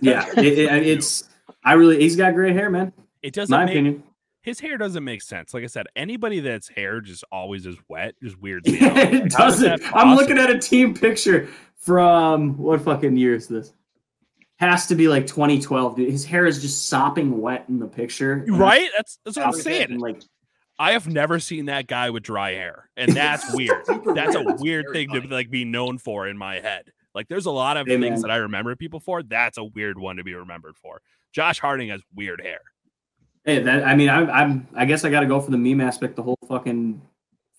Speaker 8: yeah, it, it- I- it's. I really, he's got great hair, man.
Speaker 6: It doesn't
Speaker 8: My
Speaker 6: make
Speaker 8: opinion.
Speaker 6: his hair doesn't make sense. Like I said, anybody that's hair just always is wet just weirds me out.
Speaker 8: it
Speaker 6: How is that
Speaker 8: doesn't. I'm looking
Speaker 6: possible?
Speaker 8: at a team picture from what fucking year is this? has to be like 2012. Dude. His hair is just sopping wet in the picture.
Speaker 6: Right? That's that's what I'm
Speaker 8: Outfit
Speaker 6: saying.
Speaker 8: and, Like
Speaker 6: I have never seen that guy with dry hair, and that's weird. that's a weird
Speaker 4: very
Speaker 6: thing to
Speaker 4: funny.
Speaker 6: like be known for in my head. Like, there's a lot of
Speaker 8: Hey,
Speaker 6: things
Speaker 8: man.
Speaker 6: that I remember people for. That's a weird one to be remembered for. Josh Harding has weird hair.
Speaker 8: Hey, that I mean, I'm, I'm I guess I got to go for the meme aspect the whole fucking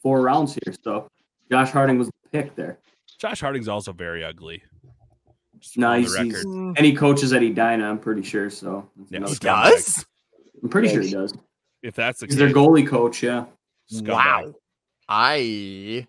Speaker 8: four rounds here. So Josh Harding was the pick there.
Speaker 6: Josh Harding's also very ugly. Just
Speaker 8: No,
Speaker 6: on the
Speaker 8: he's, he's
Speaker 6: record.
Speaker 8: and he coaches at Edina. I'm pretty sure. So that's
Speaker 6: Yeah.
Speaker 8: another
Speaker 4: He
Speaker 6: He's
Speaker 8: comeback.
Speaker 4: does?
Speaker 8: I'm pretty sure he does.
Speaker 6: If that's the
Speaker 8: He's their
Speaker 6: case,
Speaker 8: goalie coach. Yeah.
Speaker 6: scumbag.
Speaker 4: Wow. I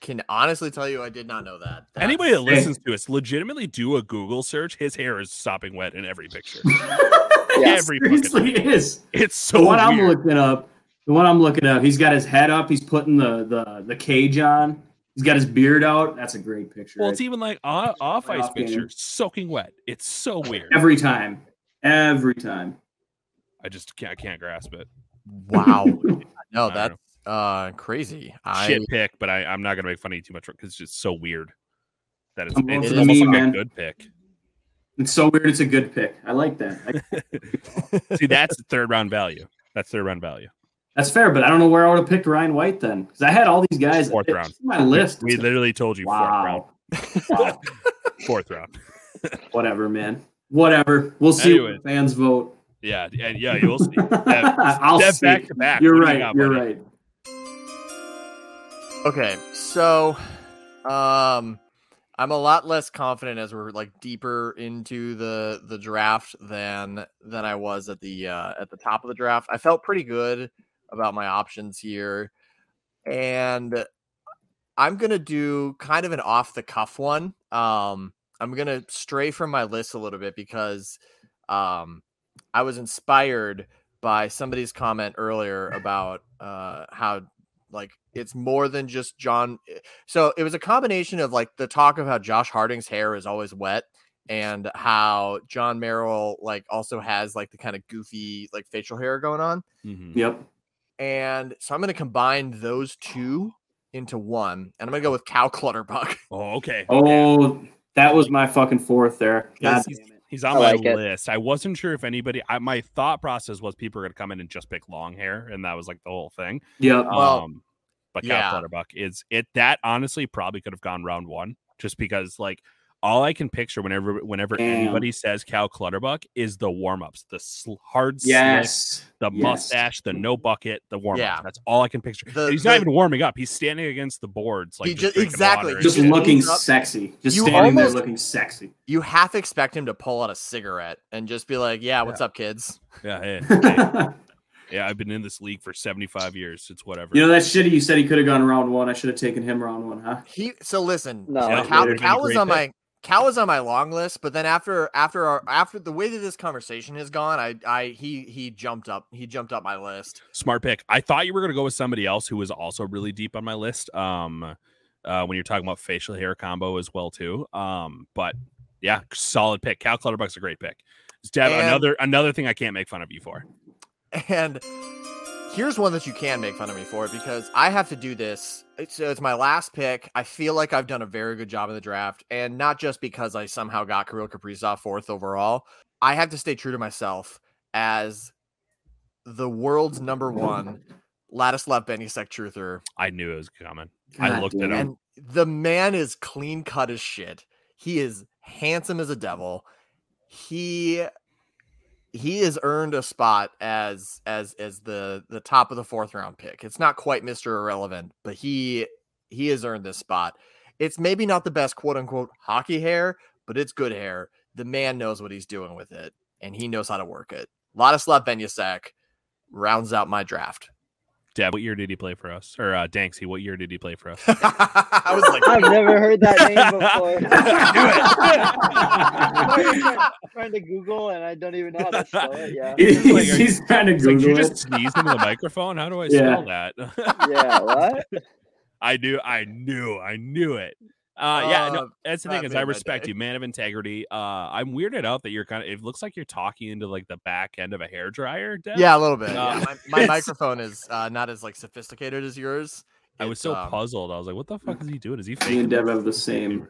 Speaker 4: can honestly tell you I did not know that. That's-
Speaker 6: Anybody that listens to us, legitimately do a Google search. His hair is sopping wet in every picture.
Speaker 8: It
Speaker 6: Every
Speaker 8: seriously is.
Speaker 6: It's
Speaker 8: The
Speaker 6: so
Speaker 8: one I'm
Speaker 6: Oh, weird.
Speaker 8: looking up. The one I'm looking up. He's got his head up. He's putting the the the cage on. He's got his beard out. That's a great picture.
Speaker 6: Well, it's e- even like off, off ice
Speaker 8: Playoff game.
Speaker 6: picture, soaking wet. It's so weird.
Speaker 8: every time. Every time.
Speaker 6: I just can't, I can't grasp it.
Speaker 4: Wow. no,
Speaker 6: I
Speaker 4: that's
Speaker 6: don't
Speaker 4: uh crazy. I
Speaker 6: Shit pick, but I, I'm not gonna make fun of you too much because it's just so weird. That it's,
Speaker 8: I'm going
Speaker 6: it's
Speaker 4: for the
Speaker 6: almost
Speaker 8: meme,
Speaker 6: like a
Speaker 8: man.
Speaker 6: good pick.
Speaker 8: It's so weird. It's a good pick. I like that. I-
Speaker 6: See, that's third round value. That's third round value.
Speaker 8: that's fair, but I don't know where I would have picked Ryan White then, because I had all these guys.
Speaker 6: Fourth
Speaker 8: it's
Speaker 6: round.
Speaker 8: My list.
Speaker 6: We
Speaker 8: It's like,
Speaker 6: literally told you
Speaker 8: wow. wow.
Speaker 6: fourth round. Fourth round.
Speaker 8: Whatever, man. Whatever. We'll see what
Speaker 6: Anyway.
Speaker 8: the fans vote.
Speaker 6: Yeah, and yeah, you'll see.
Speaker 8: I'll
Speaker 6: Step
Speaker 8: see.
Speaker 6: back to back.
Speaker 8: You're
Speaker 6: What do you
Speaker 8: right.
Speaker 6: got,
Speaker 8: you're
Speaker 6: buddy?
Speaker 8: right.
Speaker 4: Okay, so um I'm a lot less confident as we're like deeper into the the draft than than I was at the uh at the top of the draft. I felt pretty good about my options here. And I'm going to do kind of an off the cuff one. Um I'm going to stray from my list a little bit because um I was inspired by somebody's comment earlier about uh how like it's more than just John. eh, So it was a combination of like the talk of how Josh Harding's hair is always wet and how John Merrill like also has like the kind of goofy like facial hair going on.
Speaker 6: Mhm.
Speaker 8: Yep.
Speaker 4: And so I'm going to combine those two into one and I'm going to go with Cow Clutterbuck.
Speaker 6: Oh, okay.
Speaker 8: Oh, that was my fucking fourth there. God
Speaker 6: Yes,
Speaker 8: damn
Speaker 6: he's,
Speaker 8: it.
Speaker 6: he's on
Speaker 7: I
Speaker 6: my
Speaker 7: like it.
Speaker 6: list. I wasn't sure if anybody. I, my thought process was people are going to come in and just pick long hair, and that was like the whole thing.
Speaker 8: Yep.
Speaker 4: Well,
Speaker 6: um, but
Speaker 4: yeah.
Speaker 6: Cal Clutterbuck is it that honestly probably could have gone round one, just because like all I can picture whenever whenever
Speaker 8: Damn.
Speaker 6: anybody says Cal Clutterbuck is the warm ups, the sl- hard slick,
Speaker 8: yes.
Speaker 6: the
Speaker 8: Yes.
Speaker 6: mustache, the no bucket, the warm ups.
Speaker 4: Yeah.
Speaker 6: That's all I can picture.
Speaker 4: The-
Speaker 6: And he's not
Speaker 4: the-
Speaker 6: even warming up. He's standing against the boards, like
Speaker 4: He just-
Speaker 6: just drinking
Speaker 4: exactly.
Speaker 6: water and
Speaker 8: Just
Speaker 6: shit.
Speaker 8: looking
Speaker 4: Up.
Speaker 8: sexy. Just
Speaker 4: You
Speaker 8: standing
Speaker 4: almost-
Speaker 8: there looking sexy.
Speaker 4: You half expect him to pull out a cigarette and just be like, yeah, what's up, kids?
Speaker 6: Yeah, hey,
Speaker 8: you
Speaker 6: hey.
Speaker 8: know
Speaker 6: yeah. I've been in this league for seventy five years. It's whatever.
Speaker 8: that shitty you said he could have gone round one. I should have taken him round one, huh?
Speaker 4: He so listen,
Speaker 7: No.
Speaker 6: Yeah,
Speaker 4: Cal,
Speaker 6: Later.
Speaker 4: Cal was
Speaker 6: Great
Speaker 4: on
Speaker 6: pick.
Speaker 4: my Cal was on my long list, but then after after our after the way that this conversation has gone, I I he he jumped up he jumped up my list.
Speaker 6: Smart pick. I thought you were going to go with somebody else who was also really deep on my list. Um, uh, when you're talking about facial hair combo as well too. Um, but yeah, solid pick. Cal Clutterbuck's a great pick. Deb,
Speaker 4: And-
Speaker 6: another another thing I can't make fun of you for.
Speaker 4: And here's one that you can make fun of me for because I have to do this. It's, it's my last pick. I feel like I've done a very good job in the draft, and not just because I somehow got Kirill Kaprizov fourth overall. I have to stay true to myself as the world's number one Ladislav Benisek truther.
Speaker 6: I knew it was coming. I
Speaker 8: God
Speaker 6: looked
Speaker 8: damn
Speaker 6: it up.
Speaker 4: And the man is clean cut as shit. He is handsome as a devil. He he has earned a spot as as as the the top of the fourth round pick. It's not quite Mr. Irrelevant, but he he has earned this spot. It's maybe not the best quote unquote hockey hair, but it's good hair. The man knows what he's doing with it and he knows how to work it. Ladislav Benyasek rounds out my draft.
Speaker 6: Deb, what year did he play for us? Or uh, Danksy, what year did he play for us?
Speaker 4: I was like,
Speaker 7: I've never heard that name before. I'm trying to Google and I don't even know how to spell it. Yeah.
Speaker 8: he's,
Speaker 6: Like, are
Speaker 8: he's trying to
Speaker 6: It's like,
Speaker 8: Google
Speaker 6: you
Speaker 8: it.
Speaker 6: just sneezed into the microphone. How do I
Speaker 8: Yeah.
Speaker 6: spell that?
Speaker 7: Yeah. What?
Speaker 6: I knew, I knew, I knew it. Uh, yeah, no,
Speaker 4: Uh,
Speaker 6: that's the
Speaker 4: that
Speaker 6: thing is
Speaker 4: made
Speaker 6: I
Speaker 4: my
Speaker 6: respect
Speaker 4: day.
Speaker 6: you, man of integrity. Uh, I'm weirded out that you're kind of. It looks like you're talking into like the back end of a hair dryer.
Speaker 4: Yeah, a little bit.
Speaker 6: Um,
Speaker 4: yeah. Uh, My, my
Speaker 6: it's-
Speaker 4: microphone is uh, not as like sophisticated as yours.
Speaker 6: I was
Speaker 4: It's,
Speaker 6: so
Speaker 4: um,
Speaker 6: puzzled. I was like, what the fuck is he doing? Is he
Speaker 8: Me and
Speaker 6: faking?
Speaker 8: Deb have the same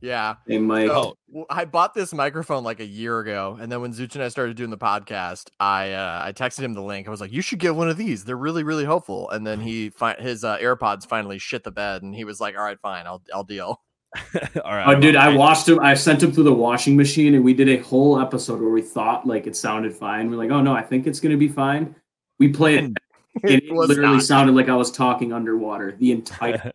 Speaker 4: Yeah.
Speaker 8: Hey, Mike.
Speaker 6: Oh,
Speaker 4: So, w- I bought this microphone like a year ago, and then when Zuch and I started doing the podcast, I uh, I texted him the link. I was like, "You should get one of these. They're really really helpful." And then he fi- his uh, AirPods finally shit the bed, and he was like, "All right, fine, I'll I'll deal."
Speaker 6: All right.
Speaker 8: Oh, dude, I washed him. I sent him through the washing machine, and we did a whole episode where we thought like it sounded fine. We're like, oh no, I think it's gonna be fine. We played, it, and
Speaker 4: It
Speaker 8: it
Speaker 4: was
Speaker 8: literally
Speaker 4: not.
Speaker 8: sounded like I was talking underwater the entire.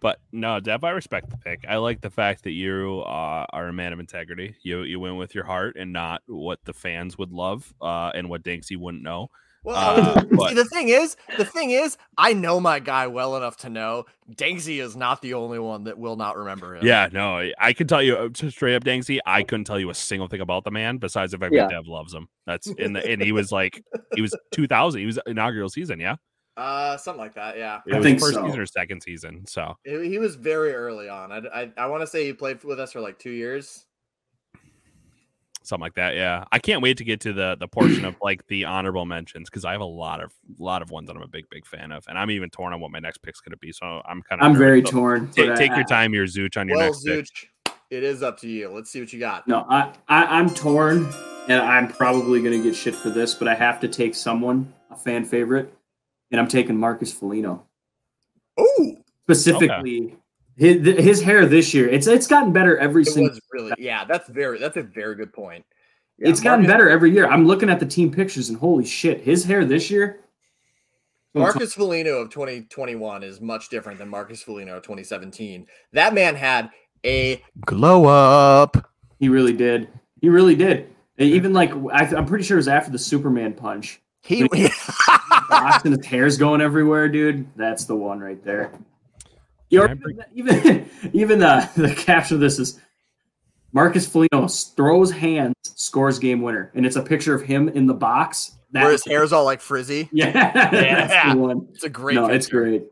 Speaker 6: But no, Dev, I respect the pick. I like the fact that you uh, are a man of integrity. You you went with your heart and not what the fans would love uh, and what Danksy wouldn't know.
Speaker 4: Well,
Speaker 6: Uh,
Speaker 4: See,
Speaker 6: but
Speaker 4: the thing is, the thing is, I know my guy well enough to know Dangsy is not the only one that will not remember him.
Speaker 6: yeah, no, I, I can tell you uh, just straight up, Danksy. I couldn't tell you a single thing about the man besides the fact
Speaker 7: Yeah.
Speaker 6: that Dev loves him. That's in the and he was like he was two thousand. He was inaugural season. Yeah,
Speaker 4: uh, something like that. Yeah,
Speaker 6: it
Speaker 8: I
Speaker 6: was
Speaker 8: think
Speaker 6: first
Speaker 8: so.
Speaker 6: season or second season. So
Speaker 4: he, he was very early on. I I, I want to say he played with us for like two years.
Speaker 6: something like that. Yeah, I can't wait to get to the the portion of like the honorable mentions because I have a lot of lot of ones that I'm a big big fan of, and I'm even torn on what my next pick's gonna be. So I'm kind of
Speaker 8: I'm very torn. but
Speaker 6: Take,
Speaker 8: I-
Speaker 6: take your
Speaker 8: I-
Speaker 6: time, your Zooch on your
Speaker 4: well,
Speaker 6: next pick.
Speaker 4: Zuch, it is up to you. Let's see what you got.
Speaker 8: No, I, I I'm torn, and I'm probably gonna get shit for this, but I have to take someone a fan favorite, and I'm taking Marcus Foligno.
Speaker 4: Oh,
Speaker 8: specifically his, his hair this year. It's it's gotten better every
Speaker 4: it
Speaker 8: single.
Speaker 4: was really yeah. That's very that's a very good point. Yeah,
Speaker 8: it's gotten
Speaker 4: Marcus-
Speaker 8: better every year. I'm looking at the team pictures and holy shit, his hair this year.
Speaker 4: Marcus Foligno of 2021 is much different than Marcus Foligno of 2017. That man had a glow up.
Speaker 8: He really did. He really did. And Even like I, I'm pretty sure it was after the Superman punch.
Speaker 4: He
Speaker 8: Box and his hair's going everywhere, dude. That's the one right there.
Speaker 6: I
Speaker 8: Or even even, even the, the caption of this is Marcus Foligno throws hands, scores game winner, and it's a picture of him in the box.
Speaker 4: where his
Speaker 8: That's
Speaker 4: hair's all like frizzy.
Speaker 8: Yeah, that's
Speaker 4: Yeah.
Speaker 8: the one.
Speaker 4: It's a great.
Speaker 8: no, it's
Speaker 4: picture.
Speaker 8: great.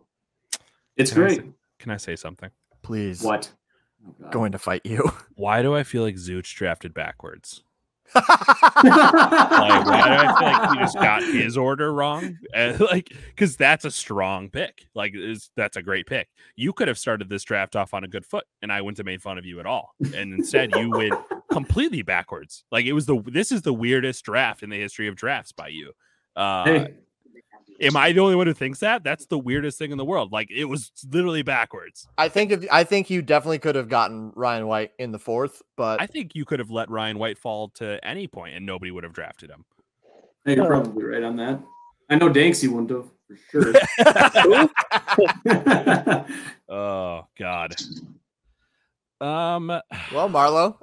Speaker 8: It's
Speaker 6: Can I
Speaker 8: great.
Speaker 6: say- Can I say something?
Speaker 4: Please,
Speaker 8: What? Oh, God.
Speaker 4: going to fight you.
Speaker 6: Why do I feel like Zooch drafted backwards? Like, why do I feel like he just got his order wrong? And, like, because that's a strong pick. Like, is that's a great pick. You could have started this draft off on a good foot, and I wouldn't have made fun of you at all. And instead, you went completely backwards. Like, it was the this is the weirdest draft in the history of drafts by you. Uh,
Speaker 8: Hey,
Speaker 6: Am I the only one who thinks that? That's the weirdest thing in the world. Like, it was literally backwards.
Speaker 4: I think if I think you definitely could have gotten Ryan White in the fourth, but
Speaker 6: I think you could have let Ryan White fall to any point and nobody would have drafted him.
Speaker 8: hey, you're probably right on that. I know Danksy wouldn't have for sure.
Speaker 6: Oh God. Um,
Speaker 4: well, Marlo,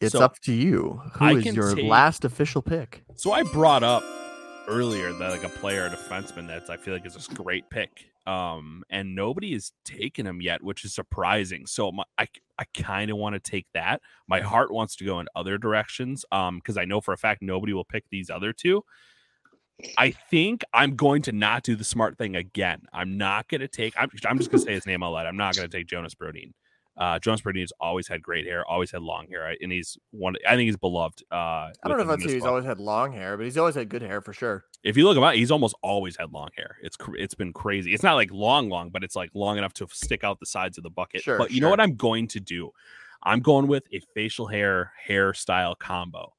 Speaker 4: it's
Speaker 6: So,
Speaker 4: up to you. Who
Speaker 6: I
Speaker 4: is
Speaker 6: can
Speaker 4: your
Speaker 6: take-
Speaker 4: last official pick?
Speaker 6: so I brought up earlier that like a player, a defenseman that's I feel like is a great pick. Um, and nobody has taken him yet, which is surprising. So my, I I kind of want to take that. My heart wants to go in other directions. Um, because I know for a fact nobody will pick these other two. I think I'm going to not do the smart thing again. I'm not going to take. I'm, I'm just going to say his name out loud. I'm not going to take Jonas Brodin. Uh, Jonas Brodin has always had great hair, always had long hair, I- and he's one. I think he's beloved. Uh, I
Speaker 4: I don't know if I'd say he's always had long hair, but he's always had good hair for sure.
Speaker 6: if you look him up, he's almost always had long hair. It's cr- it's been crazy. It's not like long, long, but it's like long enough to stick out the sides of the bucket.
Speaker 4: Sure,
Speaker 6: but you know
Speaker 4: sure.
Speaker 6: what I'm going to do? I'm going with a facial hair hairstyle combo,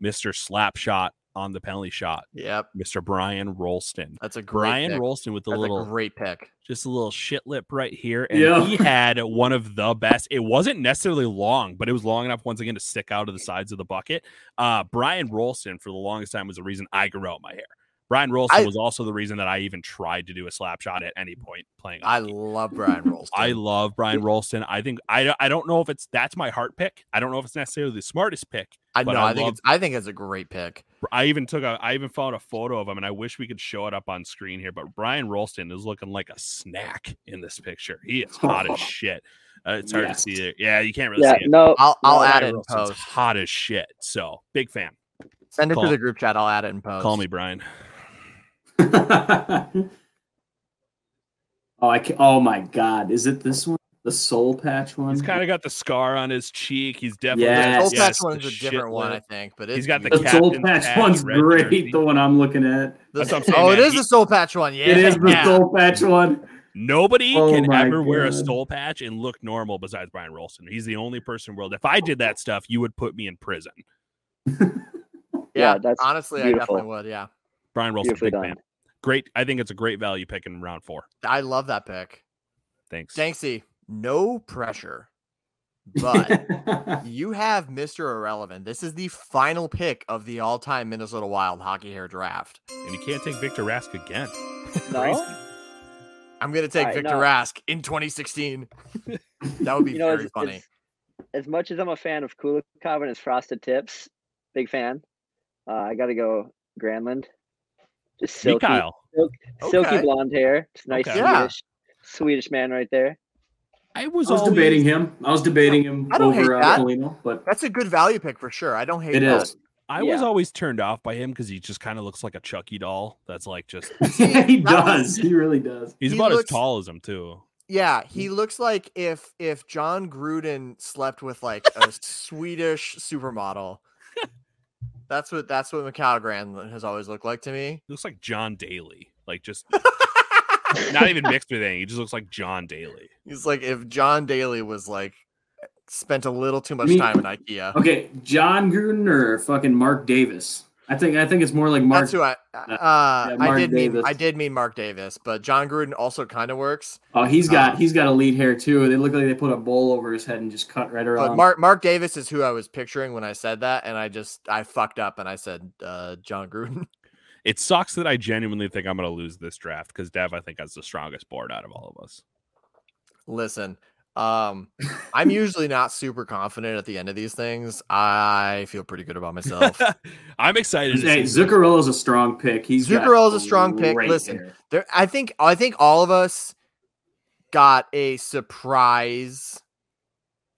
Speaker 6: Mister Slap Shot on the penalty shot,
Speaker 4: Yep,
Speaker 6: Mister Brian Rolston.
Speaker 4: that's a great
Speaker 6: Brian
Speaker 4: pick.
Speaker 6: Rolston with the
Speaker 4: That's
Speaker 6: little
Speaker 4: a great pick.
Speaker 6: just a little shit lip right here. And
Speaker 8: Yeah.
Speaker 6: he had one of the best. It wasn't necessarily long, but it was long enough once again to stick out of the sides of the bucket. Uh Brian Rolston for the longest time was the reason I grew out my hair. Brian Rolston
Speaker 4: I-
Speaker 6: was also the reason that I even tried to do a slap shot at any point playing.
Speaker 4: I
Speaker 6: hockey.
Speaker 4: love Brian Rolston.
Speaker 6: I love Brian Rolston. I think I I don't know if it's that's my heart pick. I don't know if it's necessarily the smartest pick.
Speaker 4: I know.
Speaker 6: but
Speaker 4: I,
Speaker 6: I
Speaker 4: think
Speaker 6: love-
Speaker 4: it's. I think it's a great pick.
Speaker 6: I even took a I even found a photo of him and I wish we could show it up on screen here, but Brian Rolston is looking like a snack in this picture. He is hot as shit. Uh, it's hard
Speaker 8: Yes.
Speaker 6: to see it. Yeah, you can't really
Speaker 7: Yeah,
Speaker 6: see it.
Speaker 7: no,
Speaker 4: I'll. I'll
Speaker 6: Brian
Speaker 4: add it in
Speaker 6: Rolston's
Speaker 4: post.
Speaker 6: Hot as shit. So big fan.
Speaker 4: Send it
Speaker 6: Call-
Speaker 4: to the group chat. I'll add it in post.
Speaker 6: Call me Brian.
Speaker 8: oh, I can, oh my God! Is it this one? The soul patch one?
Speaker 6: He's kind of got the scar on his cheek. He's definitely
Speaker 8: Yes.
Speaker 4: Soul Patch
Speaker 6: yes,
Speaker 4: one's
Speaker 6: the
Speaker 4: a different one, I
Speaker 6: shit-
Speaker 4: think. But
Speaker 6: He's
Speaker 4: it's
Speaker 6: got the
Speaker 8: the
Speaker 4: beautiful.
Speaker 8: soul
Speaker 6: Captain's
Speaker 8: patch
Speaker 6: patch,
Speaker 8: one's
Speaker 6: red
Speaker 8: great.
Speaker 6: jersey.
Speaker 8: The one I'm looking at.
Speaker 4: The-
Speaker 6: That's what I'm saying,
Speaker 4: oh, it
Speaker 6: man.
Speaker 4: is
Speaker 6: He-
Speaker 4: the Soul Patch one. Yeah,
Speaker 8: it is the
Speaker 4: yeah.
Speaker 8: soul patch one.
Speaker 6: Nobody
Speaker 8: Oh
Speaker 6: can
Speaker 8: my
Speaker 6: ever wear a
Speaker 8: God.
Speaker 6: stole patch and look normal besides Brian Rolson. He's the only person in the world. If I did that stuff, you would put me in prison.
Speaker 4: Yeah,
Speaker 7: Yeah, that's
Speaker 4: honestly,
Speaker 7: beautiful.
Speaker 4: I definitely would. Yeah,
Speaker 6: Brian Rolson,
Speaker 7: Beautifully
Speaker 6: big
Speaker 7: done.
Speaker 6: fan. Great. I think it's a great value pick in round four.
Speaker 4: I love that pick.
Speaker 6: Thanks.
Speaker 4: Danksy, no pressure, but you have Mr. Irrelevant. This is the final pick of the all-time Minnesota Wild hockey hair draft.
Speaker 6: And you can't take Victor Rask again.
Speaker 7: No,
Speaker 4: I'm gonna take
Speaker 7: I
Speaker 4: Victor
Speaker 7: know.
Speaker 4: Rask in 2016. that would be
Speaker 7: you know,
Speaker 4: very
Speaker 7: it's,
Speaker 4: funny.
Speaker 7: it's- as much as I'm a fan of Kulikov and his frosted tips, big fan. Uh, I got to go Granlund. Just silky,
Speaker 6: Mikhail.
Speaker 7: silky
Speaker 4: Okay.
Speaker 7: blonde hair. Just nice
Speaker 6: Okay.
Speaker 7: Swedish,
Speaker 4: Yeah.
Speaker 7: Swedish man right there.
Speaker 6: I
Speaker 8: I was debating him. I was debating him
Speaker 4: I don't hate
Speaker 8: over uh,
Speaker 4: that.
Speaker 8: Polino, but
Speaker 4: That's a good value pick for sure. I don't hate
Speaker 8: it
Speaker 4: that.
Speaker 8: is.
Speaker 6: I was
Speaker 7: Yeah.
Speaker 6: always turned off by him because he just kind of looks like a Chucky doll. That's like just
Speaker 8: he
Speaker 4: that was-
Speaker 8: does. He really does.
Speaker 6: he's
Speaker 4: He
Speaker 6: about
Speaker 4: looks-
Speaker 6: as tall as him too.
Speaker 4: Yeah, he looks like if if John Gruden slept with like a Swedish supermodel. That's what that's what Mikhail Granlund has always looked like to me.
Speaker 6: He looks like John Daly. Like just not even mixed with anything. He just looks like John Daly.
Speaker 4: He's like if John Daly was like spent a little too much
Speaker 8: Me-
Speaker 4: time in IKEA.
Speaker 8: Okay, John Gruden or fucking Mark Davis? I think I think it's more like Mark.
Speaker 4: That's who I uh, I
Speaker 8: Mark
Speaker 4: did mean
Speaker 8: Davis.
Speaker 4: I did mean Mark Davis, but John Gruden also kind of works.
Speaker 8: Oh, he's got
Speaker 4: Uh,
Speaker 8: he's got a lead hair too. They look like they put a bowl over his head and just cut right around.
Speaker 4: But Mark Mark Davis is who I was picturing when I said that, and I just I fucked up and I said uh, John Gruden.
Speaker 6: It sucks that I genuinely think I'm gonna lose this draft because Dev I think has the strongest board out of all of us.
Speaker 4: Listen, um, I'm usually not super confident at the end of these things. I feel pretty good about myself.
Speaker 6: I'm excited.
Speaker 8: hey,
Speaker 6: To see
Speaker 8: Zuccarello's a strong pick. He's got
Speaker 4: Zuccarello's a strong pick.
Speaker 8: great
Speaker 4: Listen,
Speaker 8: hair.
Speaker 4: there, I think I think all of us got a surprise.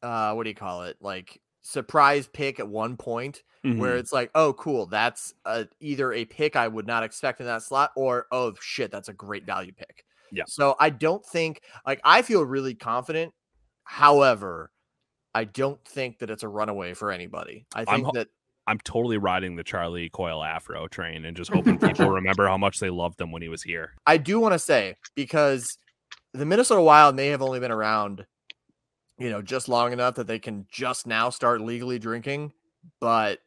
Speaker 4: Uh, what do you call it? Like surprise pick at one point
Speaker 6: Mhm.
Speaker 4: where it's like, oh, cool, that's uh either a pick I would not expect in that slot, or oh shit, that's a great value pick.
Speaker 6: Yeah.
Speaker 4: So I don't think like I feel really confident. However, I don't think that it's a runaway for anybody. I think
Speaker 6: ho-
Speaker 4: that
Speaker 6: I'm totally riding the Charlie Coyle Afro train and just hoping people remember how much they loved him when he was here.
Speaker 4: I do want to say because the Minnesota Wild may have only been around, you know, just long enough that they can just now start legally drinking, but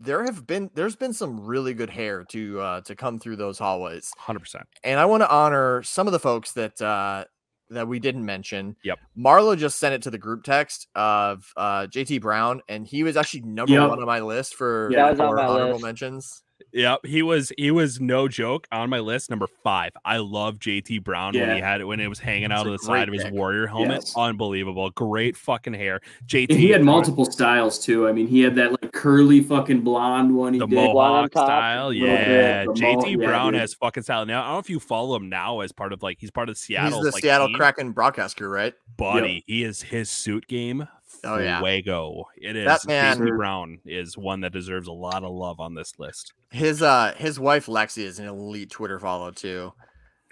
Speaker 4: there have been there's been some really good hair to uh to come through those hallways.
Speaker 6: 100. percent
Speaker 4: And I want to honor some of the folks that uh that we didn't mention.
Speaker 6: Yep.
Speaker 4: Marlo just sent it to the group text of uh JT Brown and he was actually number
Speaker 8: Yep.
Speaker 4: 1 on my list for,
Speaker 8: Yeah, that
Speaker 7: was on
Speaker 4: for
Speaker 7: my
Speaker 4: honorable
Speaker 7: list.
Speaker 4: mentions.
Speaker 6: Yep, he was he was no joke on my list number five. I love JT Brown when he
Speaker 8: Yeah.
Speaker 6: had when it was hanging
Speaker 4: It's
Speaker 6: out
Speaker 4: a
Speaker 6: of the side
Speaker 4: great
Speaker 6: of his
Speaker 4: pick.
Speaker 6: warrior helmet.
Speaker 8: Yes.
Speaker 6: Unbelievable, great fucking hair. JT,
Speaker 8: And he had multiple styles too. I mean, he had that like curly fucking blonde one. He
Speaker 6: the
Speaker 8: did.
Speaker 6: mohawk
Speaker 7: top,
Speaker 6: style.
Speaker 8: little bit,
Speaker 6: Yeah,
Speaker 8: the mo-
Speaker 6: JT
Speaker 8: yeah,
Speaker 6: Brown
Speaker 8: dude.
Speaker 6: has fucking style. Now I don't know if you follow him now as part of like he's part of Seattle.
Speaker 4: He's the
Speaker 6: like,
Speaker 4: Seattle
Speaker 6: team.
Speaker 4: Kraken broadcast crew, right?
Speaker 6: buddy. He is his suit game.
Speaker 4: Oh, yeah.
Speaker 6: fuego. It is.
Speaker 4: That man-
Speaker 6: JT Brown is one that deserves a lot of love on this list.
Speaker 4: His uh his wife Lexi is an elite Twitter follow too.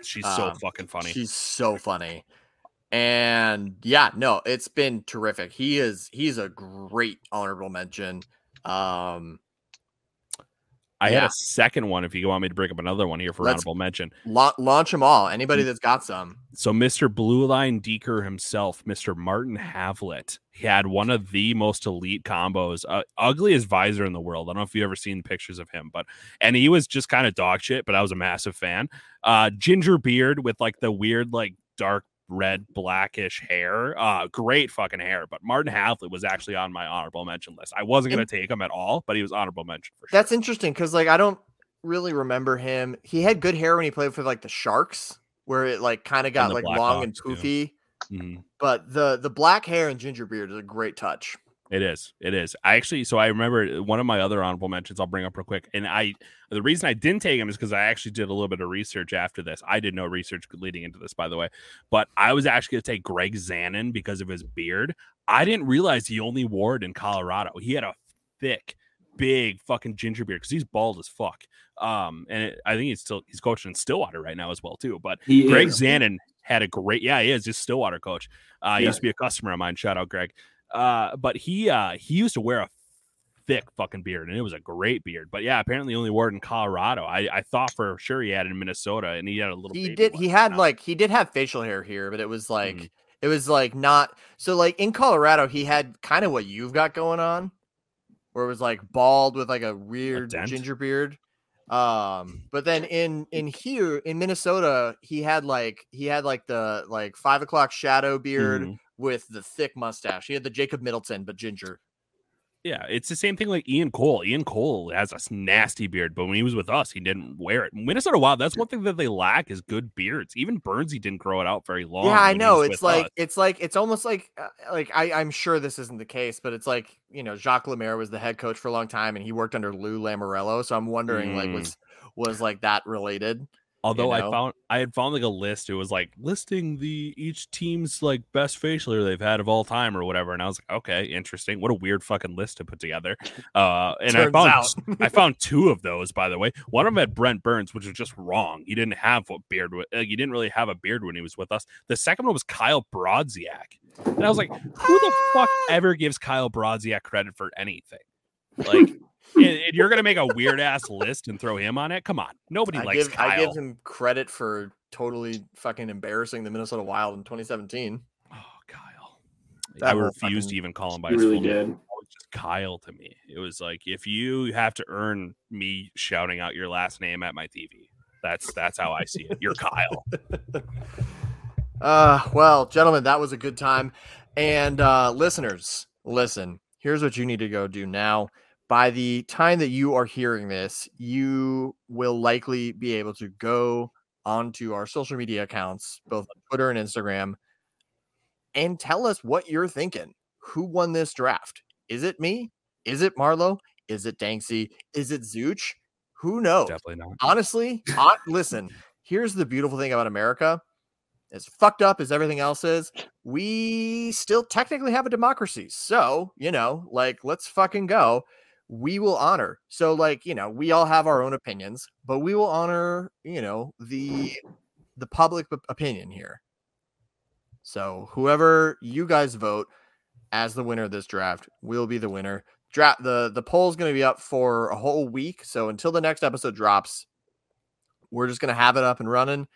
Speaker 6: She's so
Speaker 4: Um,
Speaker 6: fucking funny.
Speaker 4: She's so funny. And yeah, no, it's been terrific. He is he's a great honorable mention. Um
Speaker 6: I had
Speaker 4: yeah.
Speaker 6: a second one. If you want me to bring up another one here for
Speaker 4: Let's-
Speaker 6: honorable mention.
Speaker 4: la- launch them all.
Speaker 6: Mm.
Speaker 4: Anybody that's got some.
Speaker 6: So Mr. Blue Line Deeker himself, Mr. Martin Havlet, he had one of the most elite combos, uh, ugliest visor in the world. I don't know if you've ever seen pictures of him, but and he was just kind of dog shit, but I was a massive fan. Uh, ginger beard with like the weird like dark red blackish hair. Uh, great fucking hair. But Martin Havlet was actually on my honorable mention list. I wasn't gonna take him at all, but he was honorable mention for sure.
Speaker 4: That's interesting because like I don't really remember him. He had good hair when he played for like the Sharks, where it like kind of got
Speaker 6: the
Speaker 4: like long and
Speaker 6: Blackhawks, too.
Speaker 4: poofy.
Speaker 6: Mhm.
Speaker 4: But the the black hair and ginger beard is a great touch.
Speaker 6: It is. It is. I actually, so I remember one of my other honorable mentions I'll bring up real quick. And I, the reason I didn't take him is because I actually did a little bit of research after this. I did no research leading into this, by the way, but I was actually going to take Greg Zanon because of his beard. I didn't realize he only wore it in Colorado. He had a thick, big fucking ginger beard because he's bald as fuck. Um, and it, I think he's still, he's coaching in Stillwater right now as well, too. But
Speaker 8: He
Speaker 6: Greg
Speaker 8: is.
Speaker 6: Zanon had a great, yeah, he is just Stillwater coach. Uh, he
Speaker 8: Yeah.
Speaker 6: used to be a customer of mine. Shout out, Greg. Uh, but he uh, he used to wear a thick fucking beard, and it was a great beard. But yeah, apparently he only wore it in Colorado. I, I thought for sure he had it in Minnesota, and he had a little.
Speaker 4: He
Speaker 6: baby
Speaker 4: did.
Speaker 6: one.
Speaker 4: He had
Speaker 6: Now,
Speaker 4: like he did have facial hair here, but it was like
Speaker 6: Mhm.
Speaker 4: it was like not so like in Colorado he had kind of what you've got going on, where it was like bald with like a weird
Speaker 6: dent?
Speaker 4: ginger beard. Um, but then in in here in Minnesota he had like he had like the like five o'clock shadow beard
Speaker 6: mhm.
Speaker 4: with the thick mustache. He had the Jacob Middleton but ginger.
Speaker 6: Yeah, it's the same thing like Ian Cole. Ian Cole has a s- nasty beard, but when he was with us, he didn't wear it. Minnesota Wild, that's one thing that they lack is good beards. Even Burns, he didn't grow it out very long.
Speaker 4: yeah, I
Speaker 6: when he
Speaker 4: know.
Speaker 6: was
Speaker 4: It's
Speaker 6: with
Speaker 4: like
Speaker 6: us.
Speaker 4: it's like it's almost like uh, like I I'm sure this isn't the case, but it's like you know Jacques Lemaire was the head coach for a long time, and he worked under Lou Lamorello. So I'm wondering like
Speaker 6: Mm.
Speaker 4: was was like that related?
Speaker 6: Although
Speaker 4: know?
Speaker 6: I found I had found like a list. It was like listing the each team's like best facial hair they've had of all time or whatever. And I was like, okay, interesting. What a weird fucking list to put together. Uh, and
Speaker 4: Turns
Speaker 6: I found
Speaker 4: out.
Speaker 6: I found two of those by the way. One of them had Brent Burns, which was just wrong. He didn't have what beard. wa- Like, he didn't really have a beard when he was with us. The second one was Kyle Brodziak, and I was like, who the fuck
Speaker 4: Ah!"
Speaker 6: ever gives Kyle Brodziak credit for anything? Like. and, and you're gonna make a weird ass list and throw him on it? Come on, nobody
Speaker 4: I
Speaker 6: likes
Speaker 4: give
Speaker 6: Kyle.
Speaker 4: I give him credit for totally fucking embarrassing the Minnesota Wild in 2017.
Speaker 6: Oh, Kyle. I
Speaker 4: That whole
Speaker 6: refuse to
Speaker 4: fucking-
Speaker 6: even call him by
Speaker 8: He
Speaker 6: his
Speaker 8: really
Speaker 6: full name.
Speaker 8: did.
Speaker 6: It was just Kyle to me. It was like if you have to earn me shouting out your last name at my TV. That's that's how I see it. You're Kyle.
Speaker 4: Uh, well, gentlemen, that was a good time. And uh, listeners, listen, here's what you need to go do now. By the time that you are hearing this, you will likely be able to go onto our social media accounts, both on Twitter and Instagram, and tell us what you're thinking. Who won this draft? Is it me? Is it Marlowe? Is it Danksy? Is it Zooch? Who knows?
Speaker 6: Definitely not.
Speaker 4: honestly, hon- listen, here's the beautiful thing about America. As fucked up as everything else is, we still technically have a democracy. So, you know, like, let's fucking go. We will honor. So, like, you know, we all have our own opinions, but we will honor, you know, the the public op- opinion here. So, whoever you guys vote as the winner of this draft will be the winner draft the the poll's going to be up for a whole week so until the next episode drops we're just going to have it up and running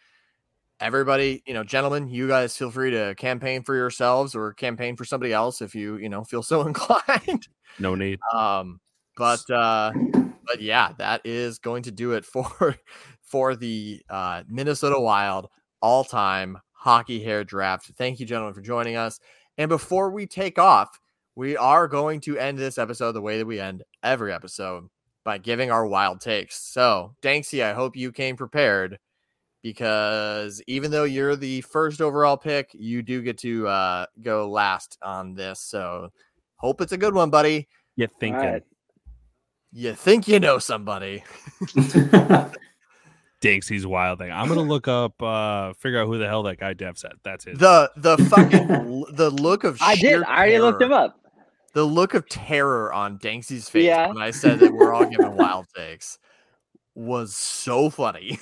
Speaker 4: everybody you know gentlemen you guys feel free to campaign for yourselves or campaign for somebody else if you you know feel so inclined
Speaker 6: No need.
Speaker 4: um but uh but yeah that is going to do it for for the uh minnesota wild all-time hockey hair draft thank you gentlemen for joining us and before we take off we are going to end this episode the way that we end every episode by giving our wild takes so danksy i hope you came prepared because even though you're the first overall pick you do get to uh go last on this so hope it's a good one buddy
Speaker 6: You thinking.
Speaker 7: right.
Speaker 4: you think you know somebody.
Speaker 6: Dinksy's wild thing. I'm gonna look up uh figure out who the hell that guy Dev said. That's it.
Speaker 4: The the fucking l- the look of
Speaker 7: I did.
Speaker 4: sheer
Speaker 7: I already looked him
Speaker 4: terror-
Speaker 7: up.
Speaker 4: The look of terror on Danksy's face
Speaker 7: Yeah.
Speaker 4: when I said that we're all giving wild takes was so funny.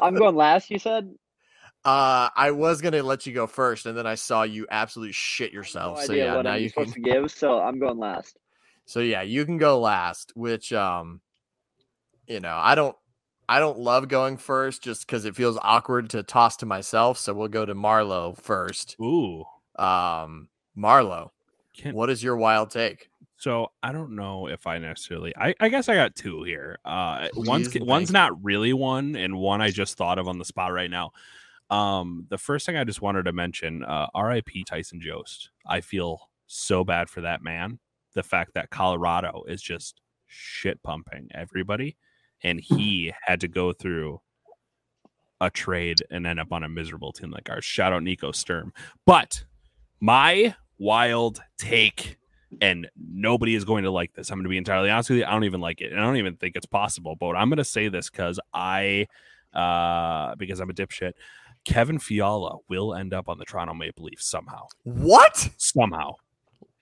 Speaker 7: I'm going last. You said.
Speaker 4: Uh, I was gonna let you go first, and then I saw you absolutely shit
Speaker 7: I have
Speaker 4: yourself.
Speaker 7: no
Speaker 4: so
Speaker 7: idea
Speaker 4: yeah,
Speaker 7: what
Speaker 4: now
Speaker 7: I'm
Speaker 4: you can.
Speaker 7: supposed to give, so I'm going last.
Speaker 4: So yeah, you can go last, which um you know, I don't I don't love going first just because it feels awkward to toss to myself. So we'll go to Marlo first.
Speaker 6: Ooh.
Speaker 4: Um Marlo,
Speaker 6: Can't-
Speaker 4: what is your wild take?
Speaker 6: So I don't know if I necessarily. I, I guess I got two here. Uh, one's
Speaker 4: Please and
Speaker 6: one's
Speaker 4: thank
Speaker 6: not really one, and one I just thought of on the spot right now. Um, the first thing I just wanted to mention, uh, R.I.P. Tyson Jost. I feel so bad for that man. The fact that Colorado is just shit pumping everybody, and he had to go through a trade and end up on a miserable team like ours. Shout out Nico Sturm. But my wild take and nobody is going to like this. I'm going to be entirely honest with you. I don't even like it, and I don't even think it's possible. But I'm going to say this because I, uh, because I'm a dipshit. Kevin Fiala will end up on the Toronto Maple Leafs somehow.
Speaker 4: What?
Speaker 6: Somehow.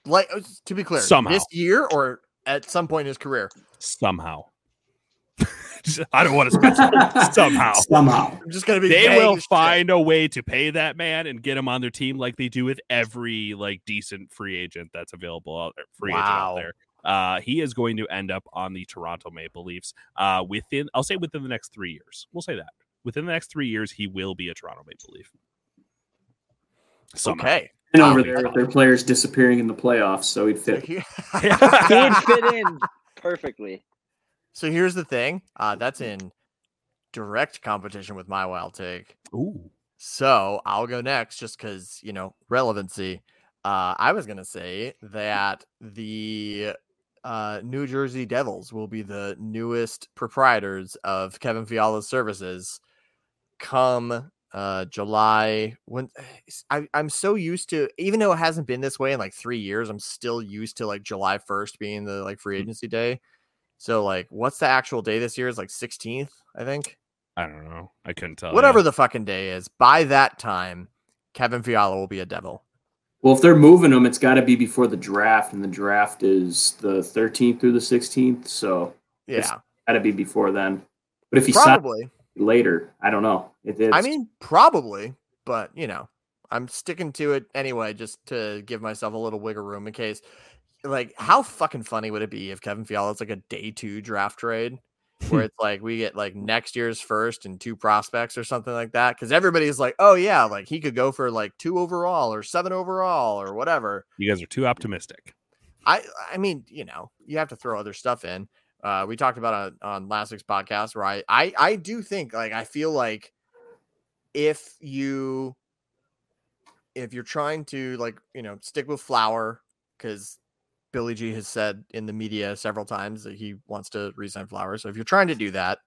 Speaker 4: Like uh, to be clear,
Speaker 6: Somehow.
Speaker 4: this year or at some point in his career.
Speaker 6: Somehow. I don't want to spend some- somehow.
Speaker 8: Somehow.
Speaker 4: I'm just gonna be.
Speaker 6: They
Speaker 4: vague
Speaker 6: will
Speaker 4: as shit.
Speaker 6: find a way to pay that man and get him on their team like they do with every like decent free agent that's available out there, free agent
Speaker 4: Wow.
Speaker 6: out there. Uh, he is going to end up on the Toronto Maple Leafs uh, within, I'll say within the next three years. We'll say that within the next three years, he will be a Toronto Maple Leaf. Somehow.
Speaker 4: Okay.
Speaker 8: And over there, with their players disappearing in the playoffs, so he'd fit.
Speaker 7: He would fit in perfectly.
Speaker 4: so here's the thing. Uh, that's in direct competition with my wild take.
Speaker 6: Ooh.
Speaker 4: So I'll go next just because, you know, relevancy. Uh, I was going to say that the uh, New Jersey Devils will be the newest proprietors of Kevin Fiala's services come uh, July. When I, I'm so used to, even though it hasn't been this way in like three years, I'm still used to like July 1st being the like free agency day. So, like, what's the actual day this year? Is like 16th, I think
Speaker 6: I don't know. I couldn't tell.
Speaker 4: whatever
Speaker 6: you.
Speaker 4: the fucking day is, by that time, Kevin Fiala will be a devil.
Speaker 8: Well, if they're moving them, it's got to be before the draft, and the draft is the 13th through the 16th, so
Speaker 4: Yeah,
Speaker 8: It's- got to be before then. But if he signs
Speaker 4: probably.
Speaker 8: later, I don't know. It, it's,
Speaker 4: I mean, probably, but you know, I'm sticking to it anyway, just to give myself a little wiggle room in case. Like, how fucking funny would it be if Kevin Fiala is like a day two draft trade? Where it's like we get like next year's first and two prospects or something like that. Cause everybody's like, oh yeah, like he could go for like two overall or seven overall or whatever.
Speaker 6: you guys are too optimistic.
Speaker 4: I I mean, you know, you have to throw other stuff in. Uh, we talked about it on last week's podcast where I, I I do think like I feel like if you if you're trying to like you know stick with flour because Billy G has said in the media several times that he wants to resign flour. So if you're trying to do that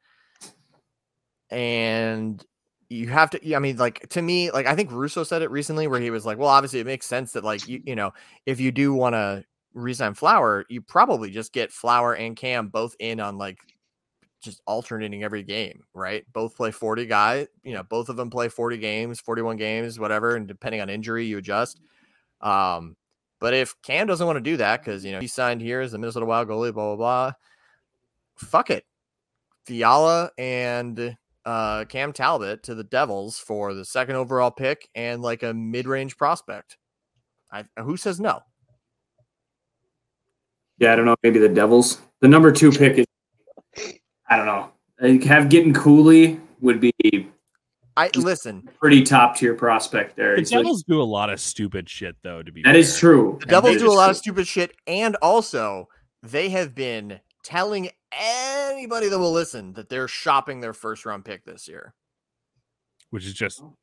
Speaker 4: and you have to i mean like to me like i think russo said it recently where he was like well obviously it makes sense that like you, you know if you do want to resign flower you probably just get flower and cam both in on like just alternating every game right both play 40 guy you know both of them play 40 games 41 games whatever and depending on injury you adjust um but if cam doesn't want to do that because you know he signed here as the minnesota wild goalie blah blah blah fuck it fiala and uh, Cam Talbot to the Devils for the second overall pick and like a mid-range prospect. I, who says no?
Speaker 8: yeah, I don't know. Maybe the Devils. The number two pick is, I don't know. Like, Have getting Cooley would be a
Speaker 4: I listen.
Speaker 8: pretty top tier prospect there.
Speaker 6: The
Speaker 8: He's like-
Speaker 6: Devils do a lot of stupid shit, though. To be
Speaker 8: that is
Speaker 6: fair.
Speaker 8: true.
Speaker 4: The Devils
Speaker 8: That
Speaker 4: do a
Speaker 8: is
Speaker 4: lot
Speaker 8: true.
Speaker 4: of stupid shit, and also they have been telling anybody that will listen that they're shopping their first-round pick this year.
Speaker 6: which is just,
Speaker 8: Oh.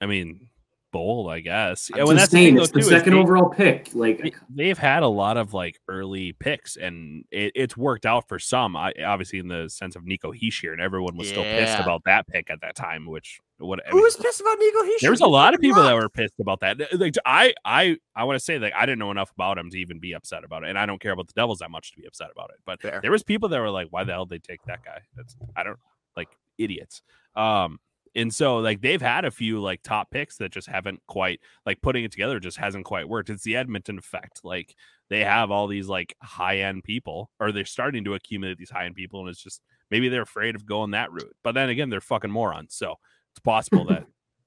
Speaker 6: I mean, bold, I guess.
Speaker 8: It's
Speaker 6: well, that's the thing,
Speaker 8: insane.
Speaker 6: though,
Speaker 8: It's the
Speaker 6: too, is
Speaker 8: second
Speaker 6: they-
Speaker 8: overall pick. Like,
Speaker 6: they- They've had a lot of like early picks, and it, it's worked out for some. I, obviously, in the sense of Nico Heishier, and everyone was still pissed
Speaker 4: Yeah.
Speaker 6: about that pick at that time. Which what I
Speaker 4: Who
Speaker 6: mean,
Speaker 4: was pissed about Nico Hischier?
Speaker 6: there was a lot of people that
Speaker 4: Lots.
Speaker 6: were pissed about that. Like I, I, I want to say like I didn't know enough about him to even be upset about it, and I don't care about the Devils that much to be upset about it. But
Speaker 4: Fair.
Speaker 6: there was people that were like, "Why the hell did they take that guy?" That's I don't like idiots. Um, and so like they've had a few like top picks that just haven't quite like putting it together just hasn't quite worked. It's the Edmonton effect. Like they have all these like high end people, or they're starting to accumulate these high end people, and it's just maybe they're afraid of going that route. But then again, they're fucking morons, so it's possible that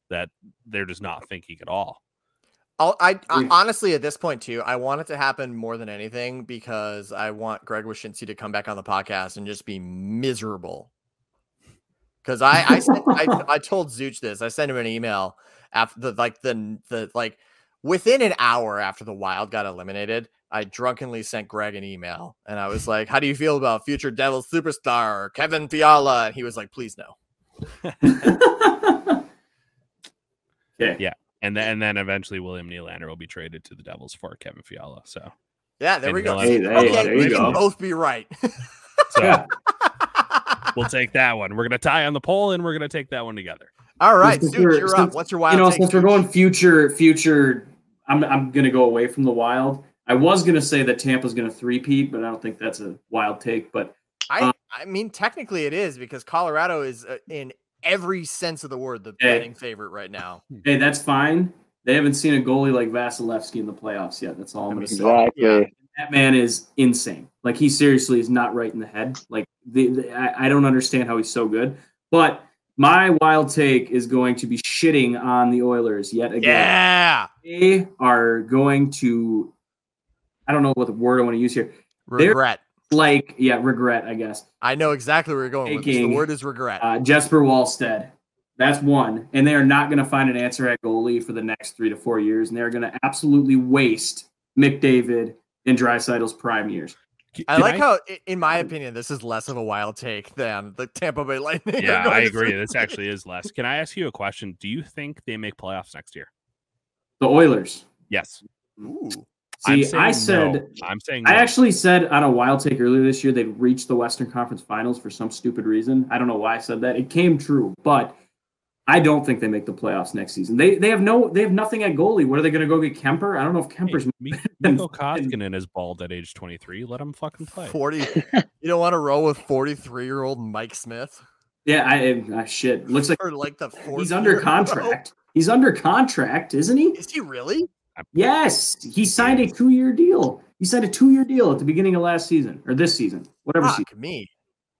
Speaker 6: that they're just not thinking at all.
Speaker 4: I'll, I, I
Speaker 8: Yeah.
Speaker 4: honestly, at this point, too, I want it to happen more than anything because I want Greg Wyshynski to come back on the podcast and just be miserable. Because I, I, sent, I, I told Zooch this. I sent him an email after the like the the like within an hour after the Wild got eliminated. I drunkenly sent Greg an email and I was like, "How do you feel about future Devils superstar Kevin Fiala?" And he was like, "Please no."
Speaker 6: And then and then eventually William Nylander will be traded to the Devils for Kevin Fiala. So
Speaker 4: Yeah, there
Speaker 6: And
Speaker 4: we go.
Speaker 6: he'll- Hey,
Speaker 8: hey,
Speaker 4: okay,
Speaker 8: there
Speaker 4: we
Speaker 8: you
Speaker 4: can
Speaker 8: go.
Speaker 4: both be right.
Speaker 6: so
Speaker 8: Yeah.
Speaker 6: we'll take that one. We're gonna tie on the poll and we're gonna take that one together.
Speaker 4: All right,
Speaker 8: Since
Speaker 4: Zooch,
Speaker 8: we're-
Speaker 4: you're up.
Speaker 8: since-
Speaker 4: What's your wild?
Speaker 8: you know,
Speaker 4: take,
Speaker 8: since we're
Speaker 4: Zooch?
Speaker 8: going future, future, I'm I'm gonna go away from the wild. I was gonna say that Tampa's gonna three-peat, but I don't think that's a wild take. But
Speaker 4: I
Speaker 8: Uh,
Speaker 4: I mean technically it is because Colorado is uh, in every sense of the word the
Speaker 8: Yeah.
Speaker 4: betting favorite right now.
Speaker 8: hey, that's fine. They haven't seen a goalie like Vasilevsky in the playoffs yet. That's all I'm
Speaker 4: I
Speaker 8: gonna
Speaker 4: mean,
Speaker 8: say.
Speaker 4: yeah.
Speaker 7: Exactly.
Speaker 8: that man is insane. Like he seriously is not right in the head. Like the, the I, I don't understand how he's so good. But my wild take is going to be shitting on the Oilers yet again.
Speaker 4: Yeah.
Speaker 8: They are going to I don't know what the word I want to use here. They're-
Speaker 4: Regret.
Speaker 8: Like, yeah, regret, I guess.
Speaker 4: I know exactly where you're going with this. The
Speaker 8: Taking,
Speaker 4: word is regret.
Speaker 8: Uh, Jesper Wallstead. That's one. And they are not going to find an answer at goalie for the next three to four years. And they're going to absolutely waste McDavid and Drysidle's prime years.
Speaker 4: I like how, i- in my opinion, this is less of a wild take than the Tampa Bay Lightning. are
Speaker 6: Yeah,
Speaker 4: going
Speaker 6: I
Speaker 4: to-
Speaker 6: agree. This actually is less. Can I ask you a question? Do you think they make playoffs next year?
Speaker 8: The Oilers.
Speaker 6: Yes.
Speaker 4: Ooh.
Speaker 8: See,
Speaker 6: saying
Speaker 8: I
Speaker 6: no.
Speaker 8: said,
Speaker 6: I'm saying
Speaker 8: I
Speaker 6: no.
Speaker 8: actually said on a wild take earlier this year they'd reached the Western Conference Finals for some stupid reason. I don't know why I said that. It came true, but I don't think they make the playoffs next season. They they have no they have nothing at goalie. What are they going to go get Kemper? I don't know if Kemper's
Speaker 6: Hey, Mi- Mikko Koskinen is bald at age 23. Let him fucking play.
Speaker 4: 40. you don't want to roll with 43 year old Mike Smith
Speaker 8: yeah. I, I shit looks like
Speaker 4: for like the fourth.
Speaker 8: he's
Speaker 4: year
Speaker 8: under
Speaker 4: in a row.
Speaker 8: contract. He's under contract, isn't he?
Speaker 4: Is he really?
Speaker 8: Yes, he signed a two year deal. He signed a two year deal at the beginning of last season or this season, whatever season.
Speaker 4: Fuck me.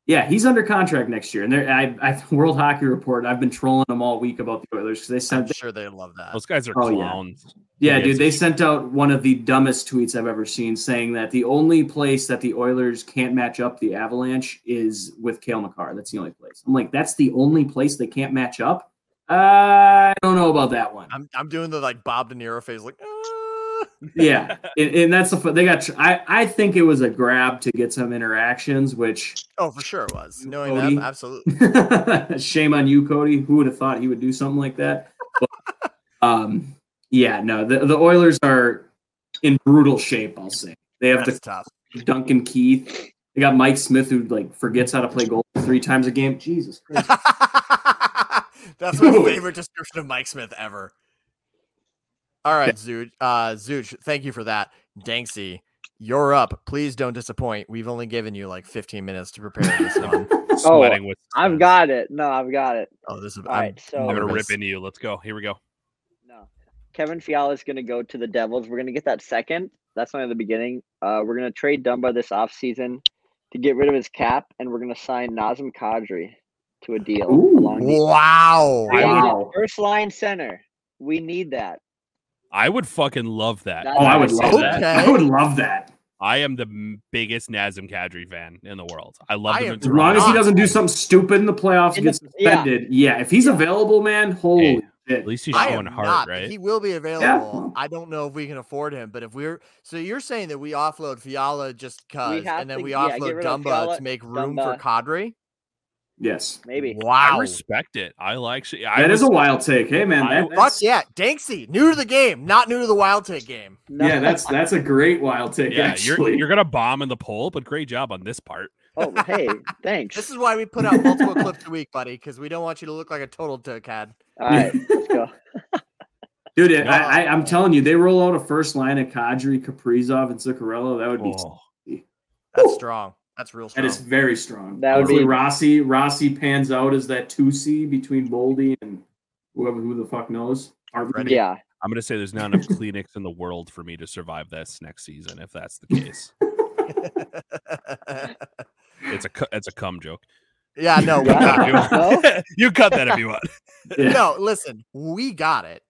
Speaker 8: Yeah, he's under contract next year, and they're I, I World Hockey Report. I've been trolling them all week about the Oilers because they
Speaker 4: I'm
Speaker 8: sent.
Speaker 4: sure they love that.
Speaker 6: Those guys are
Speaker 8: Oh, yeah.
Speaker 6: clowns.
Speaker 8: yeah,
Speaker 6: idiots.
Speaker 8: dude, they sent out one of the dumbest tweets I've ever seen, saying that the only place that the Oilers can't match up the Avalanche is with Kale McCarr. That's the only place. I'm like, that's the only place they can't match up. Uh, I don't know about that one.
Speaker 4: I'm, I'm doing the like Bob De Niro phase, like, "Ah."
Speaker 8: yeah, and, and that's the fu- they got. tr- I I think it was a grab to get some interactions, which
Speaker 4: oh, for sure it was. Knowing
Speaker 8: Cody.
Speaker 4: them, absolutely.
Speaker 8: Shame on you, Cody. Who would have thought he would do something like that? But, um, yeah, no, the, the Oilers are in brutal shape. I'll say they have
Speaker 4: That's tough.
Speaker 8: the Duncan Keith. They got Mike Smith, who like forgets how to play goal three times a game. Jesus, Christ.
Speaker 4: That's my
Speaker 8: Dude.
Speaker 4: favorite description of Mike Smith ever. All right, Zuj. Uh, Zuj, thank you for that. Danksy, you're up. Please don't disappoint. We've only given you like 15 minutes to prepare this one.
Speaker 8: Oh,
Speaker 6: Sweating with
Speaker 7: I've got it. No, I've got it.
Speaker 4: Oh, this is.
Speaker 7: All right, so-
Speaker 6: I'm gonna rip
Speaker 4: nervous.
Speaker 6: into you. Let's go. Here we go.
Speaker 7: No. Kevin Fiala is going to go to the Devils. We're going to get that second. That's only the beginning. Uh, we're going to trade Dumba this offseason to get rid of his cap, and we're going to sign Nazem Kadri to a deal.
Speaker 8: Ooh.
Speaker 7: along the-
Speaker 4: Wow.
Speaker 7: We need a
Speaker 8: Wow.
Speaker 7: First line center. We need that.
Speaker 6: I would fucking love that.
Speaker 7: That's
Speaker 8: oh, I would
Speaker 7: Okay.
Speaker 8: love that. I would love that
Speaker 6: I am the m- biggest Nazem Kadri fan in the world. I love
Speaker 4: I
Speaker 6: him.
Speaker 4: am
Speaker 6: in
Speaker 8: as long as he
Speaker 4: Right.
Speaker 6: Toronto.
Speaker 8: doesn't do something stupid in the playoffs and
Speaker 7: In the-
Speaker 8: get suspended. Yeah, if he's available, man, holy shit.
Speaker 6: At least he's
Speaker 4: I
Speaker 6: showing
Speaker 4: am
Speaker 6: heart,
Speaker 4: not, but
Speaker 6: right?
Speaker 4: He will be available. I don't know if we can afford him, but if we're so you're saying that we offload Fiala just cause,
Speaker 7: have
Speaker 4: and then
Speaker 7: to-
Speaker 4: we
Speaker 7: yeah, get
Speaker 4: offload
Speaker 7: rid of
Speaker 4: Dumba
Speaker 7: Fiala,
Speaker 4: to make room
Speaker 7: Dumba.
Speaker 4: for Kadri.
Speaker 8: Yes,
Speaker 7: Maybe.
Speaker 6: I
Speaker 4: Wow.
Speaker 6: respect it. I like. sh- I
Speaker 8: that is
Speaker 6: was-
Speaker 8: a wild take. Hey, man,
Speaker 6: I-
Speaker 8: that,
Speaker 4: Fuck
Speaker 8: that's,
Speaker 4: yeah, Danksy, new to the game, not new to the wild take game.
Speaker 7: No.
Speaker 8: yeah, that's that's a great wild take.
Speaker 6: Yeah,
Speaker 8: actually,
Speaker 6: you're, you're gonna bomb in the poll, but great job on this part.
Speaker 7: oh, hey, thanks.
Speaker 4: This is why we put out multiple clips a week, buddy, because we don't want you to look like a total dickhead.
Speaker 7: All right, let's go.
Speaker 8: Dude, I, I, I'm telling you, they roll out a first line of Kadri, Kaprizov, and Zuccarello. That would be
Speaker 6: Oh,
Speaker 4: That's
Speaker 8: Whew.
Speaker 4: strong. That's real strong.
Speaker 8: that is very strong.
Speaker 7: That would
Speaker 8: Hopefully
Speaker 7: be-
Speaker 8: Rossi. Rossi pans out as that two C between Boldy and whoever who the fuck knows. Hartman.
Speaker 4: Ready?
Speaker 7: Yeah.
Speaker 6: I'm gonna say there's not enough Kleenex in the world for me to survive this next season. If that's the case, it's a cu- it's a cum joke.
Speaker 4: yeah, no, we
Speaker 7: Yeah.
Speaker 4: got it.
Speaker 7: No?
Speaker 6: you cut that if you want.
Speaker 8: Yeah.
Speaker 4: No, listen, we got it.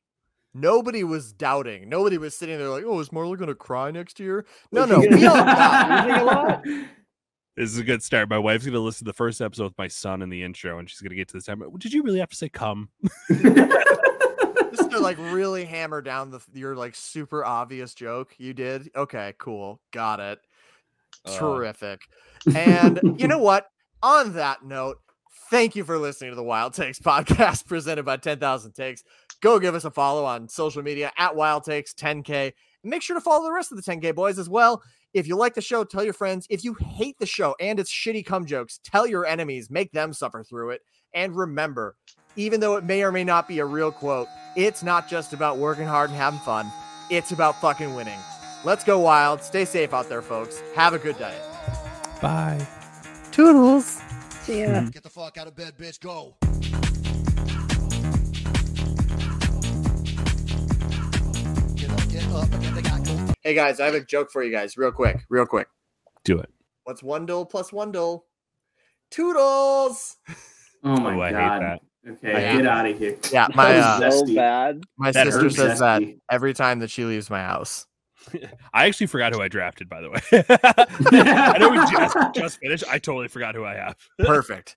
Speaker 4: Nobody was doubting. Nobody was sitting there like, "Oh, is Marla gonna cry next year?" No, no, we all got. it.
Speaker 6: This is a good start. My wife's gonna listen to the first episode with my son in the intro, and she's gonna get to this time. "Well, Did you really have to say cum?
Speaker 4: Just to like really hammer down the your like super obvious joke you did. Okay, cool, got it.
Speaker 6: Uh.
Speaker 4: Terrific. And you know what? On that note, thank you for listening to the Wild Takes podcast presented by 10,000 Takes. Go give us a follow on social media at Wild Takes 10K. Make sure to follow the rest of the 10K boys as well. If you like the show, tell your friends. If you hate the show and its shitty cum jokes, tell your enemies, make them suffer through it. And remember, even though it may or may not be a real quote, it's not just about working hard and having fun. It's about fucking winning. Let's go wild. Stay safe out there, folks. Have a good day.
Speaker 6: Bye.
Speaker 4: Toodles.
Speaker 2: Get the fuck out of bed, bitch. Go. Get up, get up, and get the guy go.
Speaker 4: Hey guys, I have a joke for you guys, real quick, real quick.
Speaker 6: Do it.
Speaker 4: What's one doll plus one doll? Toodles.
Speaker 8: Oh my
Speaker 6: Oh, I hate
Speaker 8: god.
Speaker 6: that.
Speaker 8: Okay,
Speaker 4: I hate
Speaker 8: get out of here.
Speaker 4: Yeah,
Speaker 8: That
Speaker 4: my
Speaker 8: is
Speaker 4: uh,
Speaker 7: so
Speaker 8: zesty.
Speaker 7: bad.
Speaker 4: my
Speaker 6: that
Speaker 4: sister
Speaker 8: hurts,
Speaker 4: says that
Speaker 8: zesty.
Speaker 4: every time that she leaves my house.
Speaker 6: I actually forgot who I drafted, by the way. I know we just, just finished. I totally forgot who I have.
Speaker 4: Perfect.